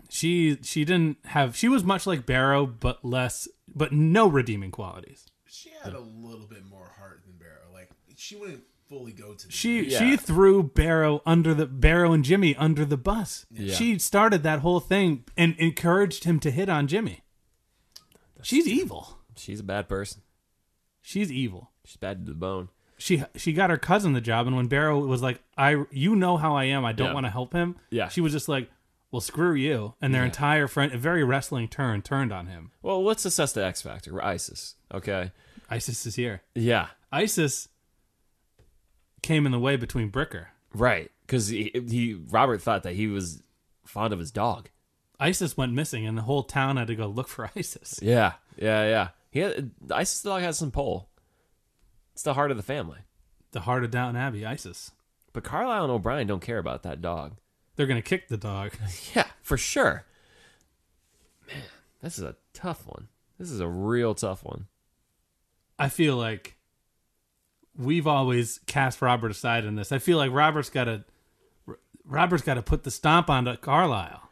Speaker 1: she she didn't have she was much like Barrow but less but no redeeming qualities.
Speaker 2: She had a little bit more heart than Barrow. Like she wouldn't fully go to. The
Speaker 1: She
Speaker 3: Yeah.
Speaker 1: she threw Barrow under the Barrow and Jimmy under the bus. She started that whole thing and encouraged him to hit on Jimmy. She's evil.
Speaker 3: She's a bad person.
Speaker 1: She's evil.
Speaker 3: She's bad to the bone.
Speaker 1: She she got her cousin the job and when Barrow was like I you know how I am, I don't
Speaker 3: Yeah.
Speaker 1: want to help him.
Speaker 3: Yeah.
Speaker 1: She was just like, "Well, screw you." And their entire friend a very wrestling turn turned on him.
Speaker 3: Well, let's assess the X factor. We're ISIS. Okay.
Speaker 1: ISIS is here.
Speaker 3: Yeah.
Speaker 1: ISIS came in the way between Bricker.
Speaker 3: Right. Because he, he Robert thought that he was fond of his dog.
Speaker 1: ISIS went missing, and the whole town had to go look for ISIS.
Speaker 3: Yeah. Yeah. Yeah. He had, the ISIS dog has some pull. It's the heart of the family.
Speaker 1: The heart of Downton Abbey, ISIS.
Speaker 3: But Carlisle and O'Brien don't care about that dog.
Speaker 1: They're gonna kick the dog.
Speaker 3: Yeah, for sure. Man, this is a tough one. This is a real tough one.
Speaker 1: I feel like we've always cast Robert aside in this. I feel like Robert's got to Robert's got to put the stomp onto Carlisle.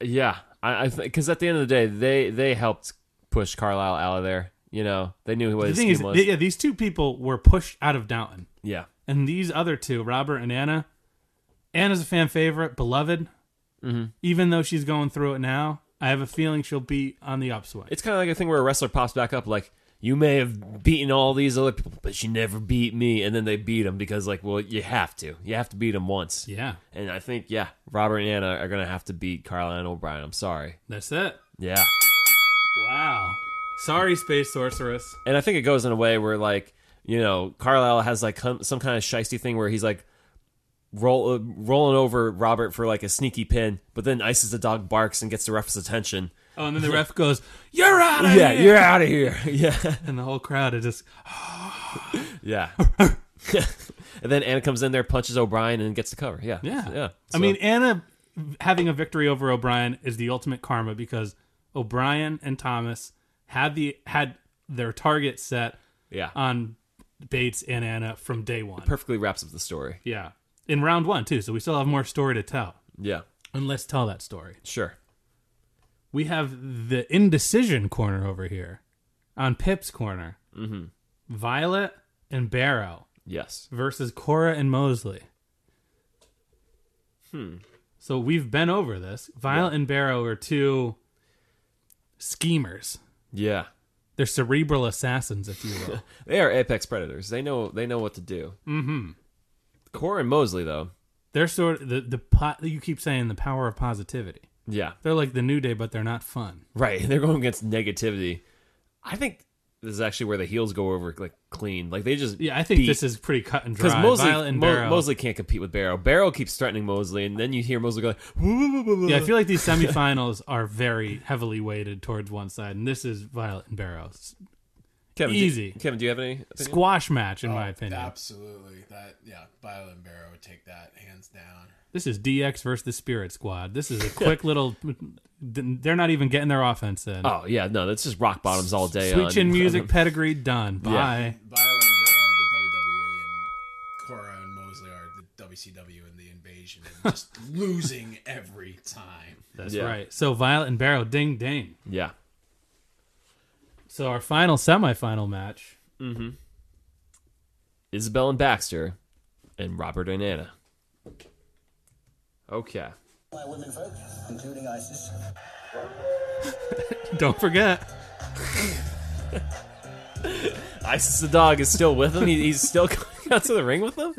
Speaker 3: Yeah, I because at the end of the day, they they helped push Carlisle out of there. You know, they knew what
Speaker 1: The
Speaker 3: his
Speaker 1: thing
Speaker 3: scheme
Speaker 1: is,
Speaker 3: was.
Speaker 1: yeah, these two people were pushed out of Downton,
Speaker 3: yeah,
Speaker 1: and these other two, Robert and Anna. Anna's a fan favorite, beloved.
Speaker 3: Mm-hmm.
Speaker 1: Even though she's going through it now, I have a feeling she'll be on the upswing.
Speaker 3: it's kind of like a thing where a wrestler pops back up, like you may have beaten all these other people, but you never beat me, and then they beat him because, like, well, you have to, you have to beat him once.
Speaker 1: yeah,
Speaker 3: And I think, yeah, Robert and Anna are gonna have to beat Carlisle and O'Brien. I'm sorry.
Speaker 1: that's it.
Speaker 3: Yeah.
Speaker 1: Wow. Sorry, Space Sorceress.
Speaker 3: and I think it goes in a way where like you know Carlisle has like com- some kind of shisty thing where he's like roll uh, rolling over Robert for like a sneaky pin, but then Isis the dog barks and gets the ref's attention.
Speaker 1: Oh, and then the ref goes, You're out of here!
Speaker 3: out of here. yeah,
Speaker 1: And the whole crowd is just,
Speaker 3: yeah. and then Anna comes in there, punches O'Brien, and gets the cover. Yeah,
Speaker 1: yeah.
Speaker 3: yeah.
Speaker 1: I mean, Anna having a victory over O'Brien is the ultimate karma because O'Brien and Thomas had the had their target set
Speaker 3: yeah.
Speaker 1: on Bates and Anna from day one.
Speaker 3: Perfectly wraps up the story.
Speaker 1: yeah. In round one, too. So we still have more story to tell.
Speaker 3: Yeah,
Speaker 1: And let's tell that story.
Speaker 3: sure.
Speaker 1: we have the indecision corner over here on Pip's corner. Mm-hmm. Violet and Barrow
Speaker 3: Yes.
Speaker 1: versus Cora and Mosley. Hmm. So we've been over this. Violet and Barrow are two schemers.
Speaker 3: Yeah.
Speaker 1: They're cerebral assassins, if you will.
Speaker 3: They are apex predators. They know. They know what to do. Mm-hmm. Cora and Mosley, though.
Speaker 1: they're sort of the the po- you keep saying the power of positivity.
Speaker 3: Yeah.
Speaker 1: They're like the New Day, but they're not fun.
Speaker 3: Right. They're going against negativity. I think this is actually where the heels go over like clean. Like they just
Speaker 1: Yeah, I think this is pretty cut and
Speaker 3: because
Speaker 1: dry.
Speaker 3: Mosley
Speaker 1: Violet and
Speaker 3: Mo-
Speaker 1: Barrow.
Speaker 3: Mosley can't compete with Barrow. Barrow keeps threatening Mosley, and then you hear Mosley going. "Woo, woo, woo, woo,
Speaker 1: Yeah, I
Speaker 3: woo."
Speaker 1: feel like these semifinals are very heavily weighted towards one side, and this is Violet and Barrow. S-
Speaker 3: Kevin,
Speaker 1: easy.
Speaker 3: Do, Kevin, do you have any? opinion?
Speaker 1: Squash match, in my opinion.
Speaker 2: Absolutely. That yeah, Violet and Barrow would take that hands down.
Speaker 1: This is DX versus the Spirit Squad. This is a quick little. They're not even getting their offense in.
Speaker 3: Oh yeah, no, that's just rock bottoms all day.
Speaker 1: Sweet
Speaker 3: on-
Speaker 1: chin music pedigree done. Bye.
Speaker 2: Violet and Barrow, the WWE, and Cora and Mosley are the WCW and the Invasion, and just losing every time.
Speaker 1: That's
Speaker 3: Yeah.
Speaker 1: right. So Violet and Barrow, ding ding.
Speaker 3: yeah,
Speaker 1: So our final semifinal match.
Speaker 3: Isabel and Baxter, and Robert and Anna. Okay.
Speaker 4: my women folk, including ISIS.
Speaker 1: Don't forget.
Speaker 3: Isis the dog is still with him. He, he's still going out to the ring with them.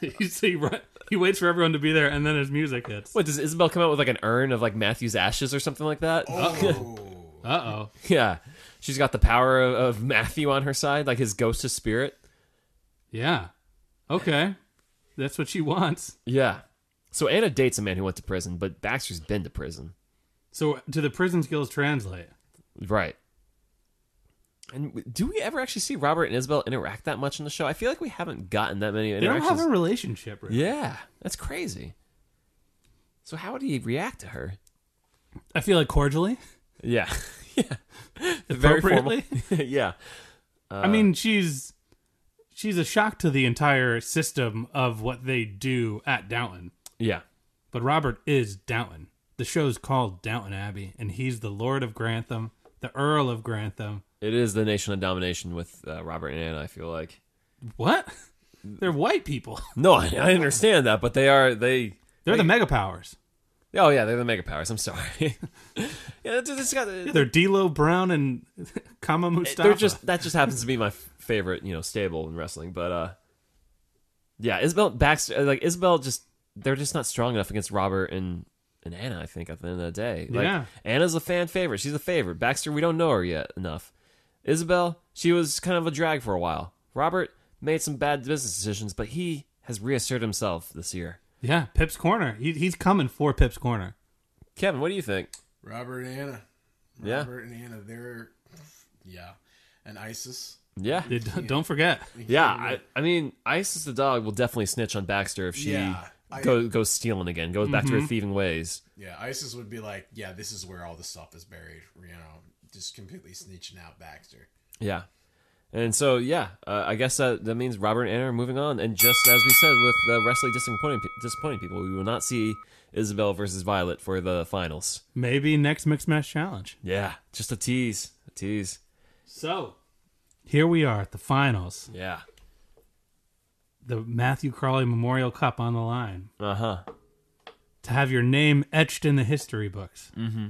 Speaker 1: he, he, ru- he waits for everyone to be there, and then his music hits.
Speaker 3: What does Isabel come out with like an urn of like Matthew's ashes or something like that?
Speaker 2: Oh,
Speaker 1: Uh oh.
Speaker 3: Yeah, she's got the power of, of Matthew on her side, like his ghost, his spirit.
Speaker 1: Yeah. Okay. That's what she wants.
Speaker 3: Yeah. So Anna dates a man who went to prison, but Baxter's been to prison.
Speaker 1: So, do the prison skills translate?
Speaker 3: Right. And w- do we ever actually see Robert and Isabel interact that much in the show? I feel like we haven't gotten that many
Speaker 1: They don't
Speaker 3: interactions.
Speaker 1: have a relationship, really.
Speaker 3: yeah, that's crazy. So how would he react to her?
Speaker 1: I feel like cordially,
Speaker 3: Yeah, yeah, very formal.
Speaker 1: appropriately.
Speaker 3: yeah, Uh.
Speaker 1: I mean, she's she's a shock to the entire system of what they do at Downton.
Speaker 3: yeah.
Speaker 1: But Robert is Downton. The show's called Downton Abbey, and he's the Lord of Grantham, the Earl of Grantham.
Speaker 3: It is the nation of domination with uh, Robert and Anna. I feel like
Speaker 1: What?
Speaker 3: Mm.
Speaker 1: They're white people.
Speaker 3: no, I, I understand that, but they are they.
Speaker 1: They're the mega powers.
Speaker 3: Oh yeah, they're the mega powers. I'm sorry. yeah, it's, it's got, they're,
Speaker 1: They're D'Lo Brown and Kama Mustafa.
Speaker 3: they're just that just happens to be my f- favorite you know stable in wrestling, but uh, yeah, Isabel Baxter like Isabel just they're just not strong enough against Robert and and Anna. I think at the end of the day, like,
Speaker 1: Yeah.
Speaker 3: Anna's a fan favorite. She's a favorite. Baxter, we don't know her yet enough. Isabel, she was kind of a drag for a while. Robert made some bad business decisions, but he has reasserted himself this year.
Speaker 1: yeah. Pip's corner. He, he's coming for Pip's corner.
Speaker 3: Kevin, what do you think?
Speaker 2: Robert and Anna.
Speaker 3: Yeah.
Speaker 2: Robert and Anna. They're yeah, and ISIS.
Speaker 3: Yeah.
Speaker 1: They- don't- Don't forget.
Speaker 3: Yeah, I, I mean, Isis the dog will definitely snitch on Baxter if she
Speaker 2: Yeah, I-
Speaker 3: go, goes stealing again, goes back to her thieving ways.
Speaker 2: Yeah, ISIS would be like, yeah, this is where all the stuff is buried. You know, just completely snitching out Baxter.
Speaker 3: Yeah. And so, yeah, uh, I guess that, that means Robert and Anna are moving on. And just as we said with uh, wrestling disappointing, pe- disappointing people, we will not see Isabel versus Violet for the finals.
Speaker 1: Maybe next mixed match challenge.
Speaker 3: Yeah, just a tease. A tease.
Speaker 1: So here we are at the finals.
Speaker 3: Yeah.
Speaker 1: The Matthew Crawley Memorial Cup on the line.
Speaker 3: Uh huh.
Speaker 1: To have your name etched in the history books. Mm-hmm.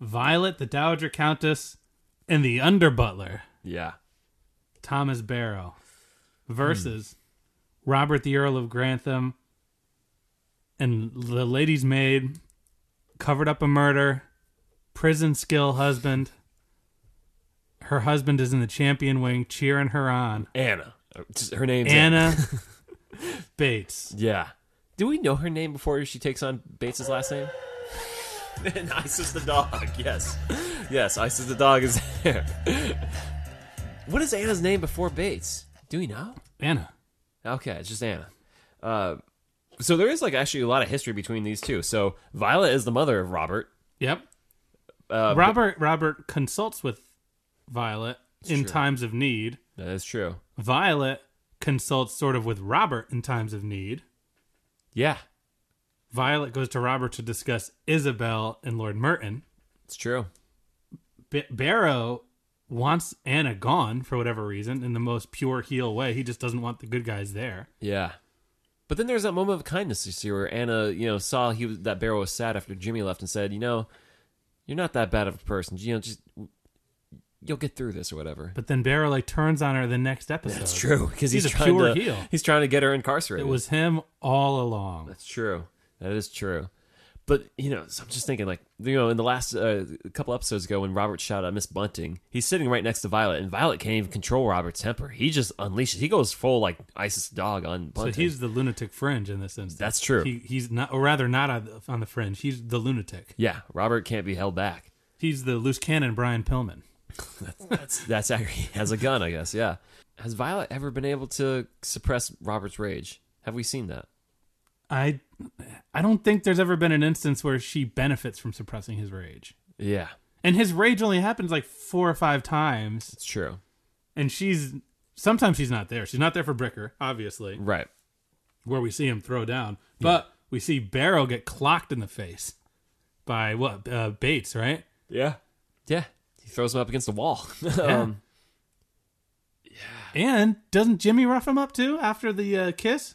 Speaker 1: Violet, the Dowager Countess, and the Underbutler,
Speaker 3: Yeah.
Speaker 1: Thomas Barrow, versus Robert the Earl of Grantham and the lady's maid, covered up a murder, prison skill husband. Her husband is in the champion wing cheering her on.
Speaker 3: Anna. Uh, just- Her name's
Speaker 1: Anna Bates.
Speaker 3: Yeah. Do we know her name before she takes on Bates' last name? and Isis the dog, yes. Yes, Isis the dog is there. what is Anna's name before Bates? Do we know?
Speaker 1: Anna.
Speaker 3: Okay, it's just Anna. Uh, so there is like actually a lot of history between these two. So Violet is the mother of Robert.
Speaker 1: Yep.
Speaker 3: Uh,
Speaker 1: Robert Robert consults with Violet in times of need.
Speaker 3: That is true.
Speaker 1: Violet consults sort of with Robert in times of need.
Speaker 3: Yeah,
Speaker 1: Violet goes to Robert to discuss Isabel and Lord Merton.
Speaker 3: it's true.
Speaker 1: B- Barrow wants Anna gone for whatever reason in the most pure heel way. He just doesn't want the good guys there.
Speaker 3: Yeah. But then there's that moment of kindness you see where Anna, you know, saw he was, that Barrow was sad after Jimmy left and said, you know, you're not that bad of a person. You know, just you'll get through this or whatever.
Speaker 1: But then Barrow like turns on her the next episode.
Speaker 3: That's true because he's,
Speaker 1: He's a
Speaker 3: trying
Speaker 1: pure
Speaker 3: to
Speaker 1: heel.
Speaker 3: he's trying to get her
Speaker 1: It
Speaker 3: incarcerated.
Speaker 1: was him all along.
Speaker 3: That's true. That is true. But you know, so I'm just thinking, like you know, in the last uh, couple episodes ago, when Robert shouted at Miss Bunting, he's sitting right next to Violet, and Violet can't even control Robert's temper. He just unleashes. He goes full like ISIS dog on
Speaker 1: So
Speaker 3: Bunting.
Speaker 1: he's the lunatic fringe in this instance.
Speaker 3: That's true.
Speaker 1: He, he's not, or rather, not on the, on the fringe. He's the lunatic.
Speaker 3: yeah, Robert can't be held back.
Speaker 1: He's the loose cannon, Brian Pillman.
Speaker 3: That's that's accurate. He has a gun, I guess. Yeah. Has Violet ever been able to suppress Robert's rage? Have we seen that?
Speaker 1: I, I don't think there's ever been an instance where she benefits from suppressing his rage.
Speaker 3: Yeah,
Speaker 1: And his rage only happens like four or five times,
Speaker 3: it's true.
Speaker 1: and she's sometimes she's not there. She's not there for Bricker, obviously,
Speaker 3: Right.
Speaker 1: where we see him throw down. But we see Barrow get clocked in the face by what uh, Bates, right?
Speaker 3: Yeah. Yeah. He throws him up against the wall. um,
Speaker 1: And doesn't Jimmy rough him up too after the uh, kiss?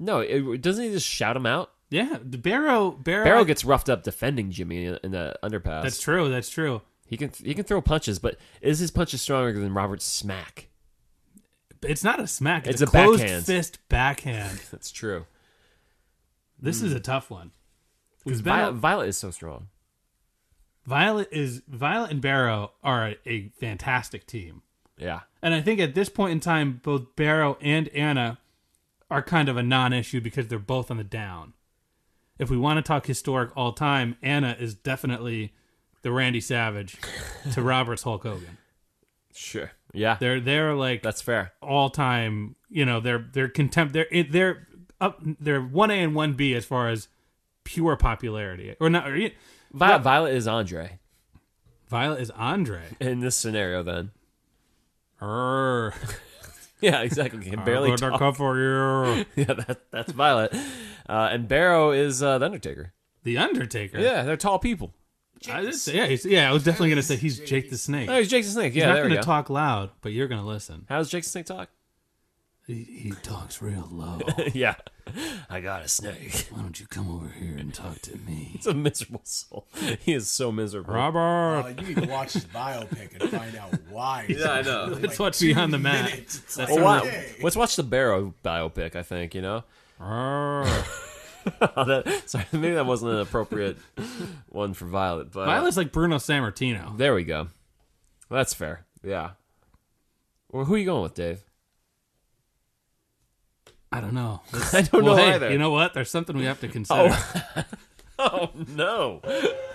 Speaker 3: no, it, doesn't he just shout him out?
Speaker 1: Yeah, the Barrow. Barrow.
Speaker 3: Barrow gets roughed up defending Jimmy in, in the underpass.
Speaker 1: That's true. That's true.
Speaker 3: He can he can throw punches, but is his punches stronger than Robert's smack?
Speaker 1: It's not a smack. It's,
Speaker 3: It's
Speaker 1: a
Speaker 3: a
Speaker 1: closed
Speaker 3: backhand.
Speaker 1: fist backhand.
Speaker 3: That's true.
Speaker 1: This is a tough one.
Speaker 3: Hmm. Because
Speaker 1: We've been-
Speaker 3: Violet, Violet is so strong.
Speaker 1: Violet is Violet and Barrow are a, a fantastic team,
Speaker 3: Yeah.
Speaker 1: and I think at this point in time, both Barrow and Anna are kind of a non-issue because they're both on the down. If we want to talk historic all time, Anna is definitely the Randy Savage to Roberts Hulk Hogan.
Speaker 3: Sure. Yeah.
Speaker 1: They're they're like
Speaker 3: That's fair.
Speaker 1: all time. You know, they're they're contempt. They're it- they're up. They're one A and one B as far as pure popularity, or not. Or, yeah,
Speaker 3: Violet, Violet is Andre
Speaker 1: Violet is Andre.
Speaker 3: in this scenario. Then.
Speaker 1: Err.
Speaker 3: Yeah. Exactly.
Speaker 1: Uh,
Speaker 3: He Can barely
Speaker 1: I'll go
Speaker 3: talk.
Speaker 1: to cover you.
Speaker 3: Yeah. That, that's Violet. Uh, and Barrow is uh, the Undertaker.
Speaker 1: The Undertaker.
Speaker 3: Yeah. They're tall people.
Speaker 1: I did say- yeah, he's- yeah. I was definitely gonna say he's Jake the Snake.
Speaker 3: Oh, he's Jake the Snake.
Speaker 1: He's
Speaker 3: Yeah.
Speaker 1: not
Speaker 3: There we
Speaker 1: gonna
Speaker 3: go.
Speaker 1: talk loud, but you're gonna listen.
Speaker 3: How does Jake the Snake talk?
Speaker 1: He, he talks real low.
Speaker 3: yeah. I got a snake.
Speaker 1: Why don't you come over here and talk to me,
Speaker 3: He's a miserable soul. He is so miserable.
Speaker 1: Robert?
Speaker 2: Uh, you need to watch his biopic and find out why.
Speaker 3: Yeah, I know.
Speaker 2: Oh, Like
Speaker 1: Let's watch
Speaker 2: two
Speaker 1: Beyond the Mat.
Speaker 2: minutes. It's
Speaker 1: That's
Speaker 2: like,
Speaker 3: Well, why-
Speaker 2: okay.
Speaker 3: let's watch the Barrow biopic. I think you know.
Speaker 1: Err.
Speaker 3: That- sorry, maybe that wasn't an appropriate one for Violet, but
Speaker 1: Violet's like Bruno Sammartino.
Speaker 3: there we go. That's fair. Yeah. Well, who are you going with, Dave?
Speaker 1: I don't know.
Speaker 3: I don't
Speaker 1: well,
Speaker 3: know
Speaker 1: hey,
Speaker 3: either.
Speaker 1: You know what? There's something we have to consider.
Speaker 3: Oh no.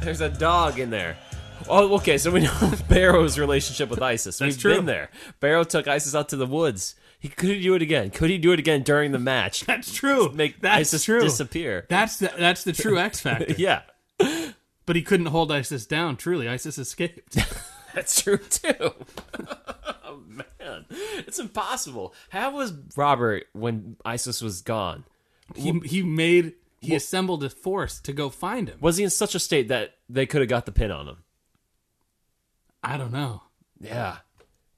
Speaker 3: There's a dog in there. Oh, okay. So we know Barrow's relationship with ISIS. We've
Speaker 1: true.
Speaker 3: been there. Barrow took ISIS out to the woods. He could he do it again. Could he do it again during the match?
Speaker 1: That's true.
Speaker 3: Make
Speaker 1: that's
Speaker 3: ISIS
Speaker 1: true.
Speaker 3: disappear.
Speaker 1: That's the, that's the true X factor.
Speaker 3: Yeah,
Speaker 1: But he couldn't hold ISIS down. Truly, ISIS escaped.
Speaker 3: that's true too. oh man, it's impossible. How was Robert when ISIS was gone?
Speaker 1: he he made he assembled a force to go find him.
Speaker 3: Was he in such a state that they could have got the pin on him?
Speaker 1: I don't know.
Speaker 3: Yeah,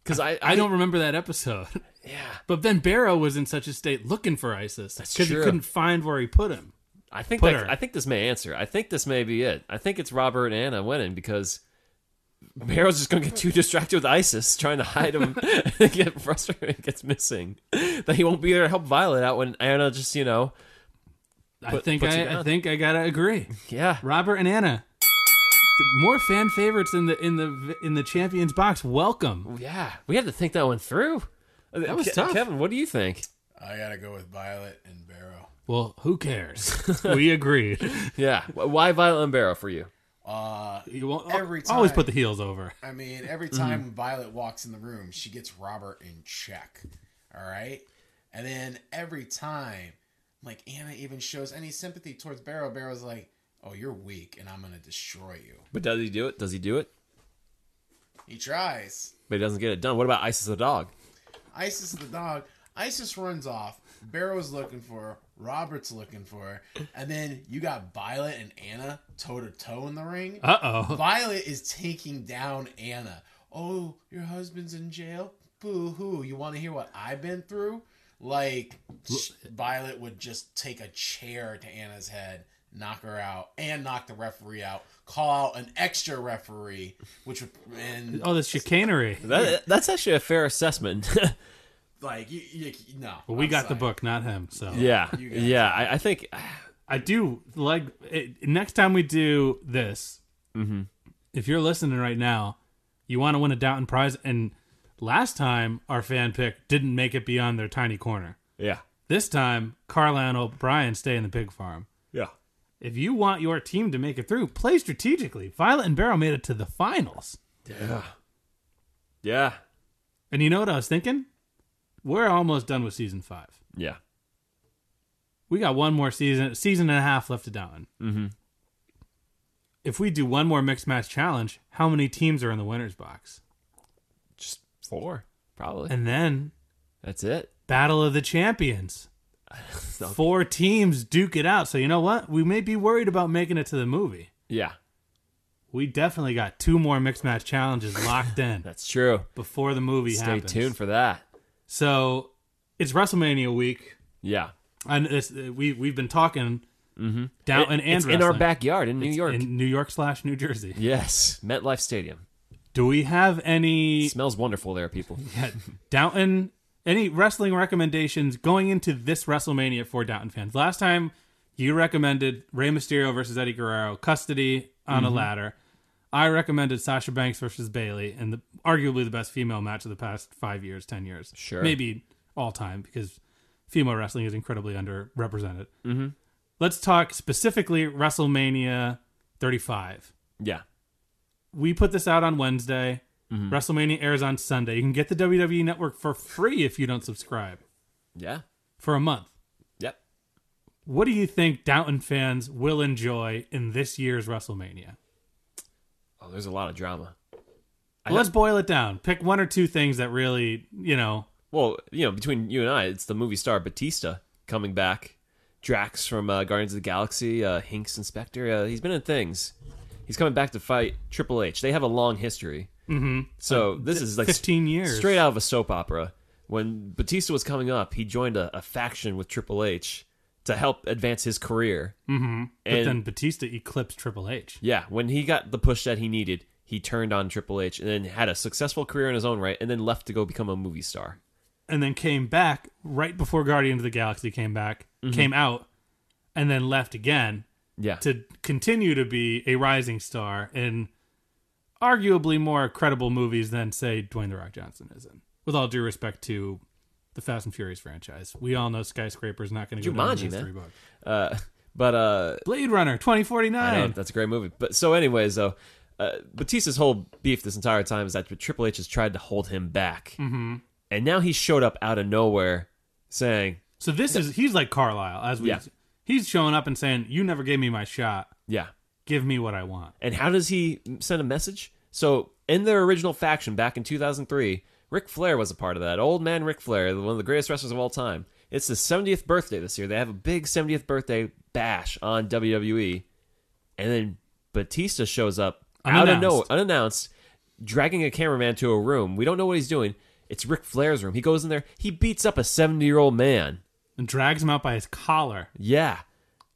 Speaker 3: because I, I
Speaker 1: I don't remember that episode.
Speaker 3: yeah
Speaker 1: But then Barrow was in such a state looking for ISIS
Speaker 3: That's
Speaker 1: because he
Speaker 3: true.
Speaker 1: couldn't find where he put him.
Speaker 3: I think
Speaker 1: Put
Speaker 3: that,
Speaker 1: her.
Speaker 3: I think this may answer. I think this may be it. I think it's Robert and Anna winning because Barrow's just gonna get too distracted with ISIS trying to hide him, and get frustrated, and gets missing. That he won't be there to help Violet out when Anna just you know
Speaker 1: I
Speaker 3: Put-
Speaker 1: think
Speaker 3: puts it
Speaker 1: I, I
Speaker 3: down.
Speaker 1: think I gotta agree.
Speaker 3: yeah
Speaker 1: Robert and Anna, more fan favorites in the in the in the champions box. Welcome.
Speaker 3: Yeah, we had to think that one through. That
Speaker 1: was tough.
Speaker 3: Kevin, what do you think?
Speaker 2: I gotta go with Violet and Barrow.
Speaker 1: Well, who cares? we agreed.
Speaker 3: Yeah, wh- why Violet and Barrow for you?
Speaker 2: Uh,
Speaker 1: You won't,
Speaker 2: Every
Speaker 1: always
Speaker 2: time.
Speaker 1: put the heels over.
Speaker 2: I mean, every time Violet walks in the room, she gets Robert in check. All right, and then every time, like Anna even shows any sympathy towards Barrow. Barrow's like, "Oh, you're weak, and I'm gonna destroy you."
Speaker 3: But does he do it? Does he do it?
Speaker 2: He tries.
Speaker 3: But he doesn't get it done. What about Isis the dog?
Speaker 2: Isis the dog. Isis runs off. Barrow's looking for her. Robert's looking for her. And then you got Violet and Anna toe to toe in the ring.
Speaker 1: Uh oh.
Speaker 2: Violet is taking down Anna. Oh, your husband's in jail? Boo hoo. You want to hear what I've been through? Like, sh- Violet would just take a chair to Anna's head, knock her out, and knock the referee out, call out an extra referee, which would, and
Speaker 1: Oh, this chicanery.
Speaker 3: That, that's actually a fair assessment.
Speaker 2: like, you, you, no.
Speaker 1: Well, we
Speaker 2: I'm
Speaker 1: got the
Speaker 2: sorry.
Speaker 1: book, not him. So
Speaker 3: yeah,
Speaker 2: You guys.
Speaker 3: yeah. I, I think
Speaker 1: I do like it, next time we do this. If you're listening right now, you want to win a Downton prize, and last time our fan pick didn't make it beyond their tiny corner.
Speaker 3: yeah,
Speaker 1: This time, Carlisle and O'Brien stay in the pig farm.
Speaker 3: yeah.
Speaker 1: If you want your team to make it through, play strategically. Violet and Barrow made it to the finals,
Speaker 3: Yeah. Yeah.
Speaker 1: and you know what I was thinking? We're almost done with season five.
Speaker 3: Yeah.
Speaker 1: we got one more season, season and a half left to down. Mm-hmm. If we do one more mixed match challenge, how many teams are in the winners box?
Speaker 3: Just four, probably.
Speaker 1: And then
Speaker 3: that's it.
Speaker 1: battle of the champions. Four teams duke it out. So you know what? We may be worried about making it to the movie.
Speaker 3: Yeah,
Speaker 1: We definitely got two more mixed match challenges locked in
Speaker 3: that's true.
Speaker 1: before the movie
Speaker 3: Stay
Speaker 1: happens.
Speaker 3: tuned for that.
Speaker 1: So it's WrestleMania week.
Speaker 3: Yeah.
Speaker 1: And it's, we we've been talking down and and
Speaker 3: Mm-hmm. it's in our
Speaker 1: wrestling.
Speaker 3: backyard in New York.
Speaker 1: in New York slash New Jersey.
Speaker 3: yes, MetLife Stadium.
Speaker 1: Do we have any
Speaker 3: smells wonderful there, people.
Speaker 1: yeah, Downton? Any wrestling recommendations going into this WrestleMania for Downton fans? Last time you recommended Rey Mysterio versus Eddie Guerrero custody on a ladder. I recommended Sasha Banks versus Bailey and the, arguably the best female match of the past five years, ten years,
Speaker 3: Sure.
Speaker 1: maybe all time because female wrestling is incredibly underrepresented. Mm-hmm. Let's talk specifically WrestleMania 35
Speaker 3: Yeah.
Speaker 1: we put this out on Wednesday. WrestleMania airs on Sunday. You can get the WWE Network for free if you don't subscribe
Speaker 3: Yeah.
Speaker 1: for a month.
Speaker 3: Yep.
Speaker 1: What do you think Downton fans will enjoy in this year's WrestleMania?
Speaker 3: Oh, there's a lot of drama.
Speaker 1: Well, let's boil it down. Pick one or two things that really, you know,
Speaker 3: Well, you know, between you and I, it's the movie star Batista coming back, Drax from uh, Guardians of the Galaxy, uh, Hinks Inspector. Uh, he's been in things. He's coming back to fight Triple H. They have a long history. Mm-hmm. So this is like
Speaker 1: 15 years.
Speaker 3: straight out of a soap opera. When Batista was coming up, he joined a, a faction with Triple H to help advance his career. Mm-hmm.
Speaker 1: But
Speaker 3: And
Speaker 1: then Batista eclipsed Triple H.
Speaker 3: Yeah, when he got the push that he needed, he turned on Triple H and then had a successful career in his own right and then left to go become a movie star.
Speaker 1: And then came back right before Guardians of the Galaxy came back, came out, and then left again.
Speaker 3: Yeah.
Speaker 1: to continue to be a rising star in arguably more credible movies than say Dwayne the Rock Johnson is in. With all due respect to the Fast and Furious franchise, we all know Skyscraper's not going to go down in
Speaker 3: Jumanji,
Speaker 1: the
Speaker 3: man.
Speaker 1: history book.
Speaker 3: uh, but uh
Speaker 1: Blade Runner
Speaker 3: I know,
Speaker 1: 2049.
Speaker 3: that's a great movie. But so anyways, though, uh, Batista's whole beef this entire time is that Triple H has tried to hold him back. Mm-hmm. And now he showed up out of nowhere saying,
Speaker 1: So this is he's like Carlisle as we
Speaker 3: Yeah.
Speaker 1: he's showing up and saying, "You never gave me my shot.
Speaker 3: yeah,
Speaker 1: Give me what I want."
Speaker 3: And how does he send a message? So, in their original faction back in 2003, Ric Flair was a part of that. Old man Ric Flair, one of the greatest wrestlers of all time. It's his 70th birthday this year. They have a big 70th birthday bash on WWE. And then Batista shows up out of nowhere,
Speaker 1: Unannounced.
Speaker 3: unannounced, dragging a cameraman to a room. We don't know what he's doing. It's Ric Flair's room. He goes in there. He beats up a 70 year old man.
Speaker 1: And drags him out by his collar
Speaker 3: Yeah.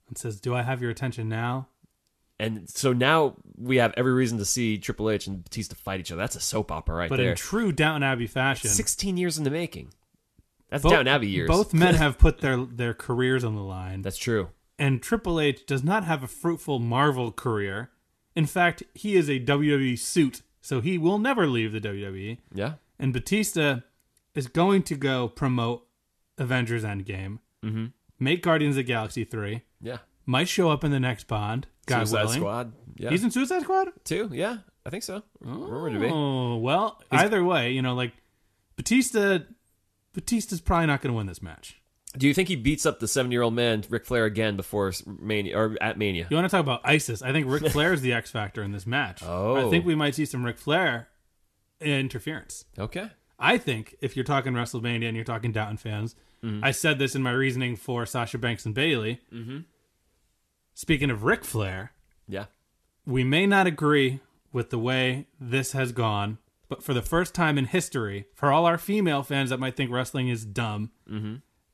Speaker 1: and says, "Do I have your attention now?"
Speaker 3: And so now we have every reason to see Triple H and Batista fight each other. That's a soap opera right
Speaker 1: But
Speaker 3: there.
Speaker 1: in true Downton Abbey fashion,
Speaker 3: 16 years in the making. That's
Speaker 1: both-
Speaker 3: Down Abbey years.
Speaker 1: Both men have put their their careers on the line.
Speaker 3: That's true.
Speaker 1: and Triple H does not have a fruitful Marvel career. In fact, he is a WWE suit, so he will never leave the WWE.
Speaker 3: Yeah.
Speaker 1: And Batista is going to go promote Avengers Endgame, mm-hmm. make Guardians of the Galaxy 3,
Speaker 3: Yeah.
Speaker 1: might show up in the next Bond, God
Speaker 3: Suicide
Speaker 1: willing.
Speaker 3: Squad. Yeah.
Speaker 1: He's in Suicide Squad?
Speaker 3: two. Yeah. I think so. Rumored to be.
Speaker 1: Oh, well, either way, you know, like, Batista, Batista's probably not going to win this match.
Speaker 3: Do you think he beats up the seven-year-old man, Ric Flair, again before Mania or at Mania?
Speaker 1: You want to talk about ISIS? I think Ric Flair is the X factor in this match.
Speaker 3: Oh.
Speaker 1: I think we might see some Ric Flair interference.
Speaker 3: Okay.
Speaker 1: I think if you're talking WrestleMania and you're talking Downton fans, I said this in my reasoning for Sasha Banks and Bailey. Mm-hmm. Speaking of Ric Flair,
Speaker 3: Yeah.
Speaker 1: we may not agree with the way this has gone, but for the first time in history, for all our female fans that might think wrestling is dumb,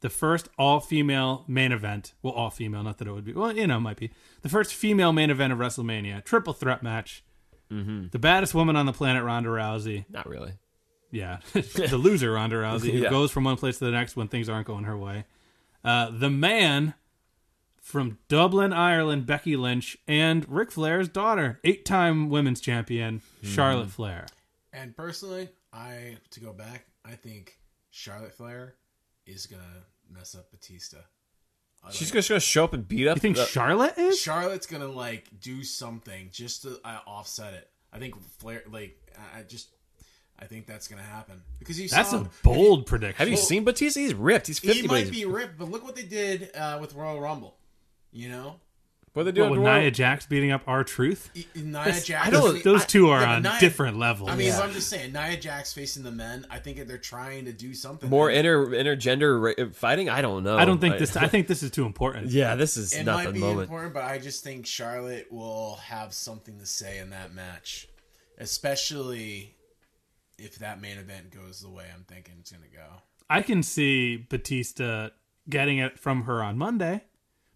Speaker 1: the first all female main event, well, all female, not that it would be, well, you know, it might be, the first female main event of WrestleMania, triple threat match. The baddest woman on the planet, Ronda Rousey.
Speaker 3: Not really.
Speaker 1: Yeah, the loser, Ronda Rousey, who
Speaker 3: Yeah.
Speaker 1: goes from one place to the next when things aren't going her way. Uh, the man from Dublin, Ireland, Becky Lynch, and Ric Flair's daughter, eight-time women's champion
Speaker 3: Hmm.
Speaker 1: Charlotte Flair.
Speaker 2: And personally, I to go back, I think Charlotte Flair is gonna mess up Batista.
Speaker 3: She's just gonna show up and beat up.
Speaker 1: You think
Speaker 3: the-
Speaker 1: Charlotte is?
Speaker 2: Charlotte's gonna like do something just to uh, offset it. I think Flair, like, I I just, I think that's gonna happen because you.
Speaker 1: That's
Speaker 2: saw,
Speaker 1: a bold prediction.
Speaker 3: have you seen Batista? He's ripped. He's fifty.
Speaker 2: He
Speaker 3: but
Speaker 2: might
Speaker 3: he's-
Speaker 2: be ripped, but look what they did uh, with Royal Rumble. You know,
Speaker 3: What are they
Speaker 1: Well,
Speaker 3: doing?
Speaker 1: with
Speaker 3: tomorrow?
Speaker 1: Nia Jax beating up our truth?
Speaker 2: E- Nia Jax.
Speaker 3: I
Speaker 1: Those,
Speaker 3: don't-
Speaker 1: those two are
Speaker 2: yeah, but
Speaker 1: on
Speaker 2: Nia-
Speaker 1: different levels.
Speaker 2: I mean,
Speaker 1: Yeah.
Speaker 2: I'm just saying, Nia Jax facing the men. I think that they're trying to do something
Speaker 3: More
Speaker 2: And
Speaker 3: inter intergender ra- fighting? I don't know.
Speaker 1: I don't think this. I think this is too important.
Speaker 3: Oh, yeah, this is
Speaker 2: It
Speaker 3: not
Speaker 2: might
Speaker 3: the
Speaker 2: be
Speaker 3: moment.
Speaker 2: important, but I just think Charlotte will have something to say in that match, especially if that main event goes the way I'm thinking it's going to go.
Speaker 1: I can see Batista getting it from her on Monday.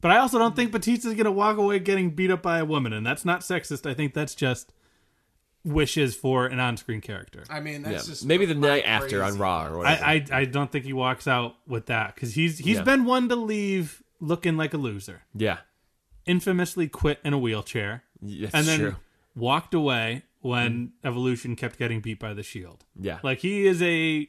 Speaker 1: But I also don't think Batista's going to walk away getting beat up by a woman, and that's not sexist. I think that's just wishes for an on-screen character.
Speaker 2: I mean,
Speaker 3: Yeah.
Speaker 2: that's just
Speaker 3: Maybe the
Speaker 2: not
Speaker 3: night after on
Speaker 2: crazy.
Speaker 3: Raw or whatever.
Speaker 1: I, I I don't think he walks out with that because he's he's
Speaker 3: Yeah.
Speaker 1: been one to leave looking like a loser.
Speaker 3: yeah.
Speaker 1: Infamously quit in a wheelchair
Speaker 3: That's
Speaker 1: and then
Speaker 3: true. Mm.
Speaker 1: walked away when Evolution kept getting beat by the Shield.
Speaker 3: Yeah.
Speaker 1: E Like he is a he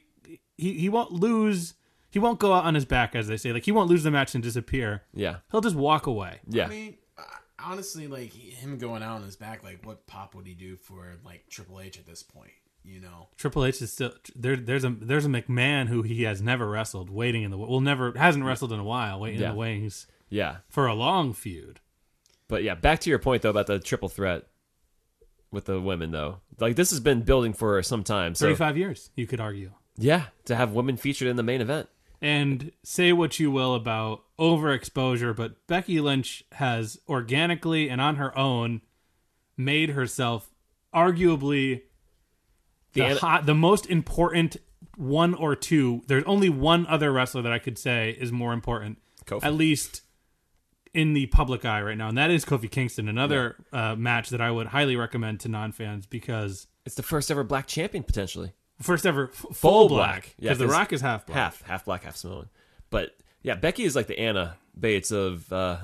Speaker 1: he won't lose. He won't go out on his back, as they say. Like he won't lose the match and disappear.
Speaker 3: yeah.
Speaker 1: He'll just walk away.
Speaker 3: Yeah.
Speaker 2: I mean, uh, honestly, like him going out on his back, like what pop would he do for like Triple H at this point? You know,
Speaker 1: Triple H is still there. There's a there's a McMahon who he has never wrestled, waiting in the well, never hasn't wrestled in a while, waiting
Speaker 3: Yeah.
Speaker 1: in the wings
Speaker 3: yeah.
Speaker 1: for a long feud.
Speaker 3: But yeah, back to your point though about the triple threat with the women though. Like this has been building for some time. So
Speaker 1: Thirty five years, you could argue.
Speaker 3: yeah, to have women featured in the main event.
Speaker 1: And say what you will about overexposure, but Becky Lynch has organically and on her own made herself arguably the,
Speaker 3: an-
Speaker 1: hot, the most important one or two. There's only one other wrestler that I could say is more important,
Speaker 3: Kofi.
Speaker 1: at least in the public eye right now, and that is Kofi Kingston. Another uh, match that I would highly recommend to non fans because
Speaker 3: It's the first ever black champion potentially.
Speaker 1: first ever f- full,
Speaker 3: black.
Speaker 1: black
Speaker 3: Yeah,
Speaker 1: because The
Speaker 3: 'cause
Speaker 1: Rock is half black.
Speaker 3: Half, half black, half Samoan. But yeah, Becky is like the Anna Bates of uh,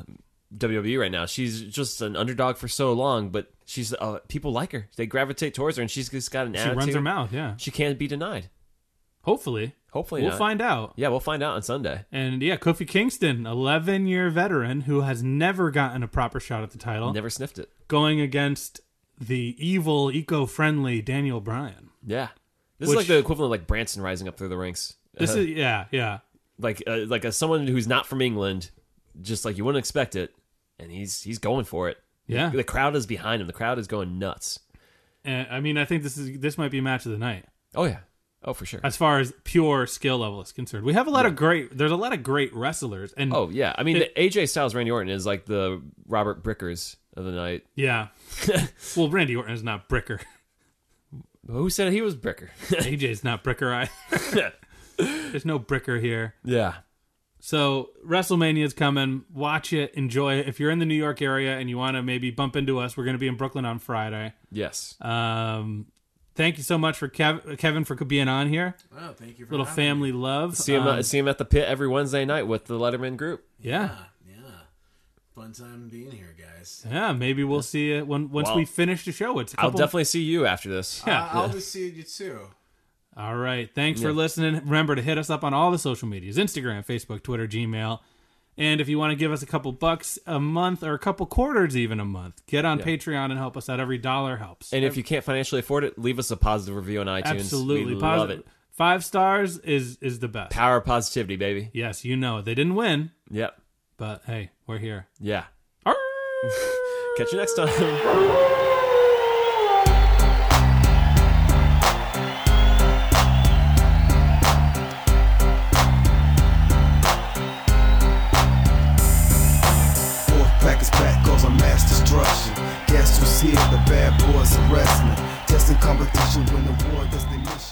Speaker 3: WWE right now. She's just an underdog for so long, but she's uh, people like her. They gravitate towards her, and she's just got an
Speaker 1: She
Speaker 3: attitude.
Speaker 1: runs her mouth. Yeah.
Speaker 3: She can't be denied.
Speaker 1: Hopefully.
Speaker 3: Hopefully
Speaker 1: we'll
Speaker 3: not.
Speaker 1: find out.
Speaker 3: Yeah, we'll find out on Sunday.
Speaker 1: And yeah, Kofi Kingston, 11 year veteran who has never gotten a proper shot at the title,
Speaker 3: Never sniffed it.
Speaker 1: going against the evil, eco friendly Daniel Bryan.
Speaker 3: Yeah, this
Speaker 1: Which-
Speaker 3: is like the equivalent of like Branson rising up through the ranks.
Speaker 1: This
Speaker 3: Uh,
Speaker 1: is, yeah, yeah.
Speaker 3: like uh, like a, someone who's not from England, just like you wouldn't expect it, and he's he's going for it.
Speaker 1: Yeah.
Speaker 3: the crowd is behind him. The crowd is going nuts.
Speaker 1: And, Uh, I mean, I think this is this might be match of the night
Speaker 3: Oh yeah, oh for sure.
Speaker 1: as far as pure skill level is concerned. We have a lot of great, there's a lot of great wrestlers. And
Speaker 3: Oh yeah, I mean the AJ Styles Randy Orton is like the Robert Brickers of the night.
Speaker 1: yeah. well, Randy Orton is not Bricker.
Speaker 3: Who said he was Bricker?
Speaker 1: AJ's not Bricker either. there's no Bricker here.
Speaker 3: yeah,
Speaker 1: So WrestleMania's coming. Watch it, enjoy it. If you're in the New York area and you want to maybe bump into us, we're going to be in Brooklyn on Friday.
Speaker 3: yes,
Speaker 1: Um, thank you so much for Kev- Kevin for being on here.
Speaker 2: oh, thank you for
Speaker 1: Little
Speaker 2: having me.
Speaker 1: family love.
Speaker 3: see him
Speaker 1: Um,
Speaker 3: at, see him at the pit every Wednesday night with the Letterman group.
Speaker 1: yeah,
Speaker 2: Yeah, yeah. Fun time being here, guys.
Speaker 1: yeah. Maybe we'll see it when once
Speaker 3: Wow.
Speaker 1: we finish the show. It's a
Speaker 3: I'll
Speaker 1: couple.
Speaker 3: definitely see you after this.
Speaker 1: Yeah.
Speaker 2: I- I'll just see you too.
Speaker 1: All right. Thanks for listening. Remember to hit us up on all the social medias Instagram, Facebook, Twitter, Gmail. And if you want to give us a couple bucks a month or a couple quarters, even a month, get on Patreon and help us out. Every dollar helps.
Speaker 3: And if you can't financially afford it, leave us a positive review on iTunes.
Speaker 1: Absolutely
Speaker 3: we love
Speaker 1: positive.
Speaker 3: it.
Speaker 1: Five stars is is the best.
Speaker 3: Power of positivity, baby.
Speaker 1: Yes, you know it. they didn't win,
Speaker 3: Yep.
Speaker 1: but hey, we're here.
Speaker 3: Yeah.
Speaker 1: Arr!
Speaker 3: Catch you next time.
Speaker 5: Fourth pack is back, cause a mass destruction. Guess who's here? The bad boys are wrestling. Testing competition, win the war, that's their mission.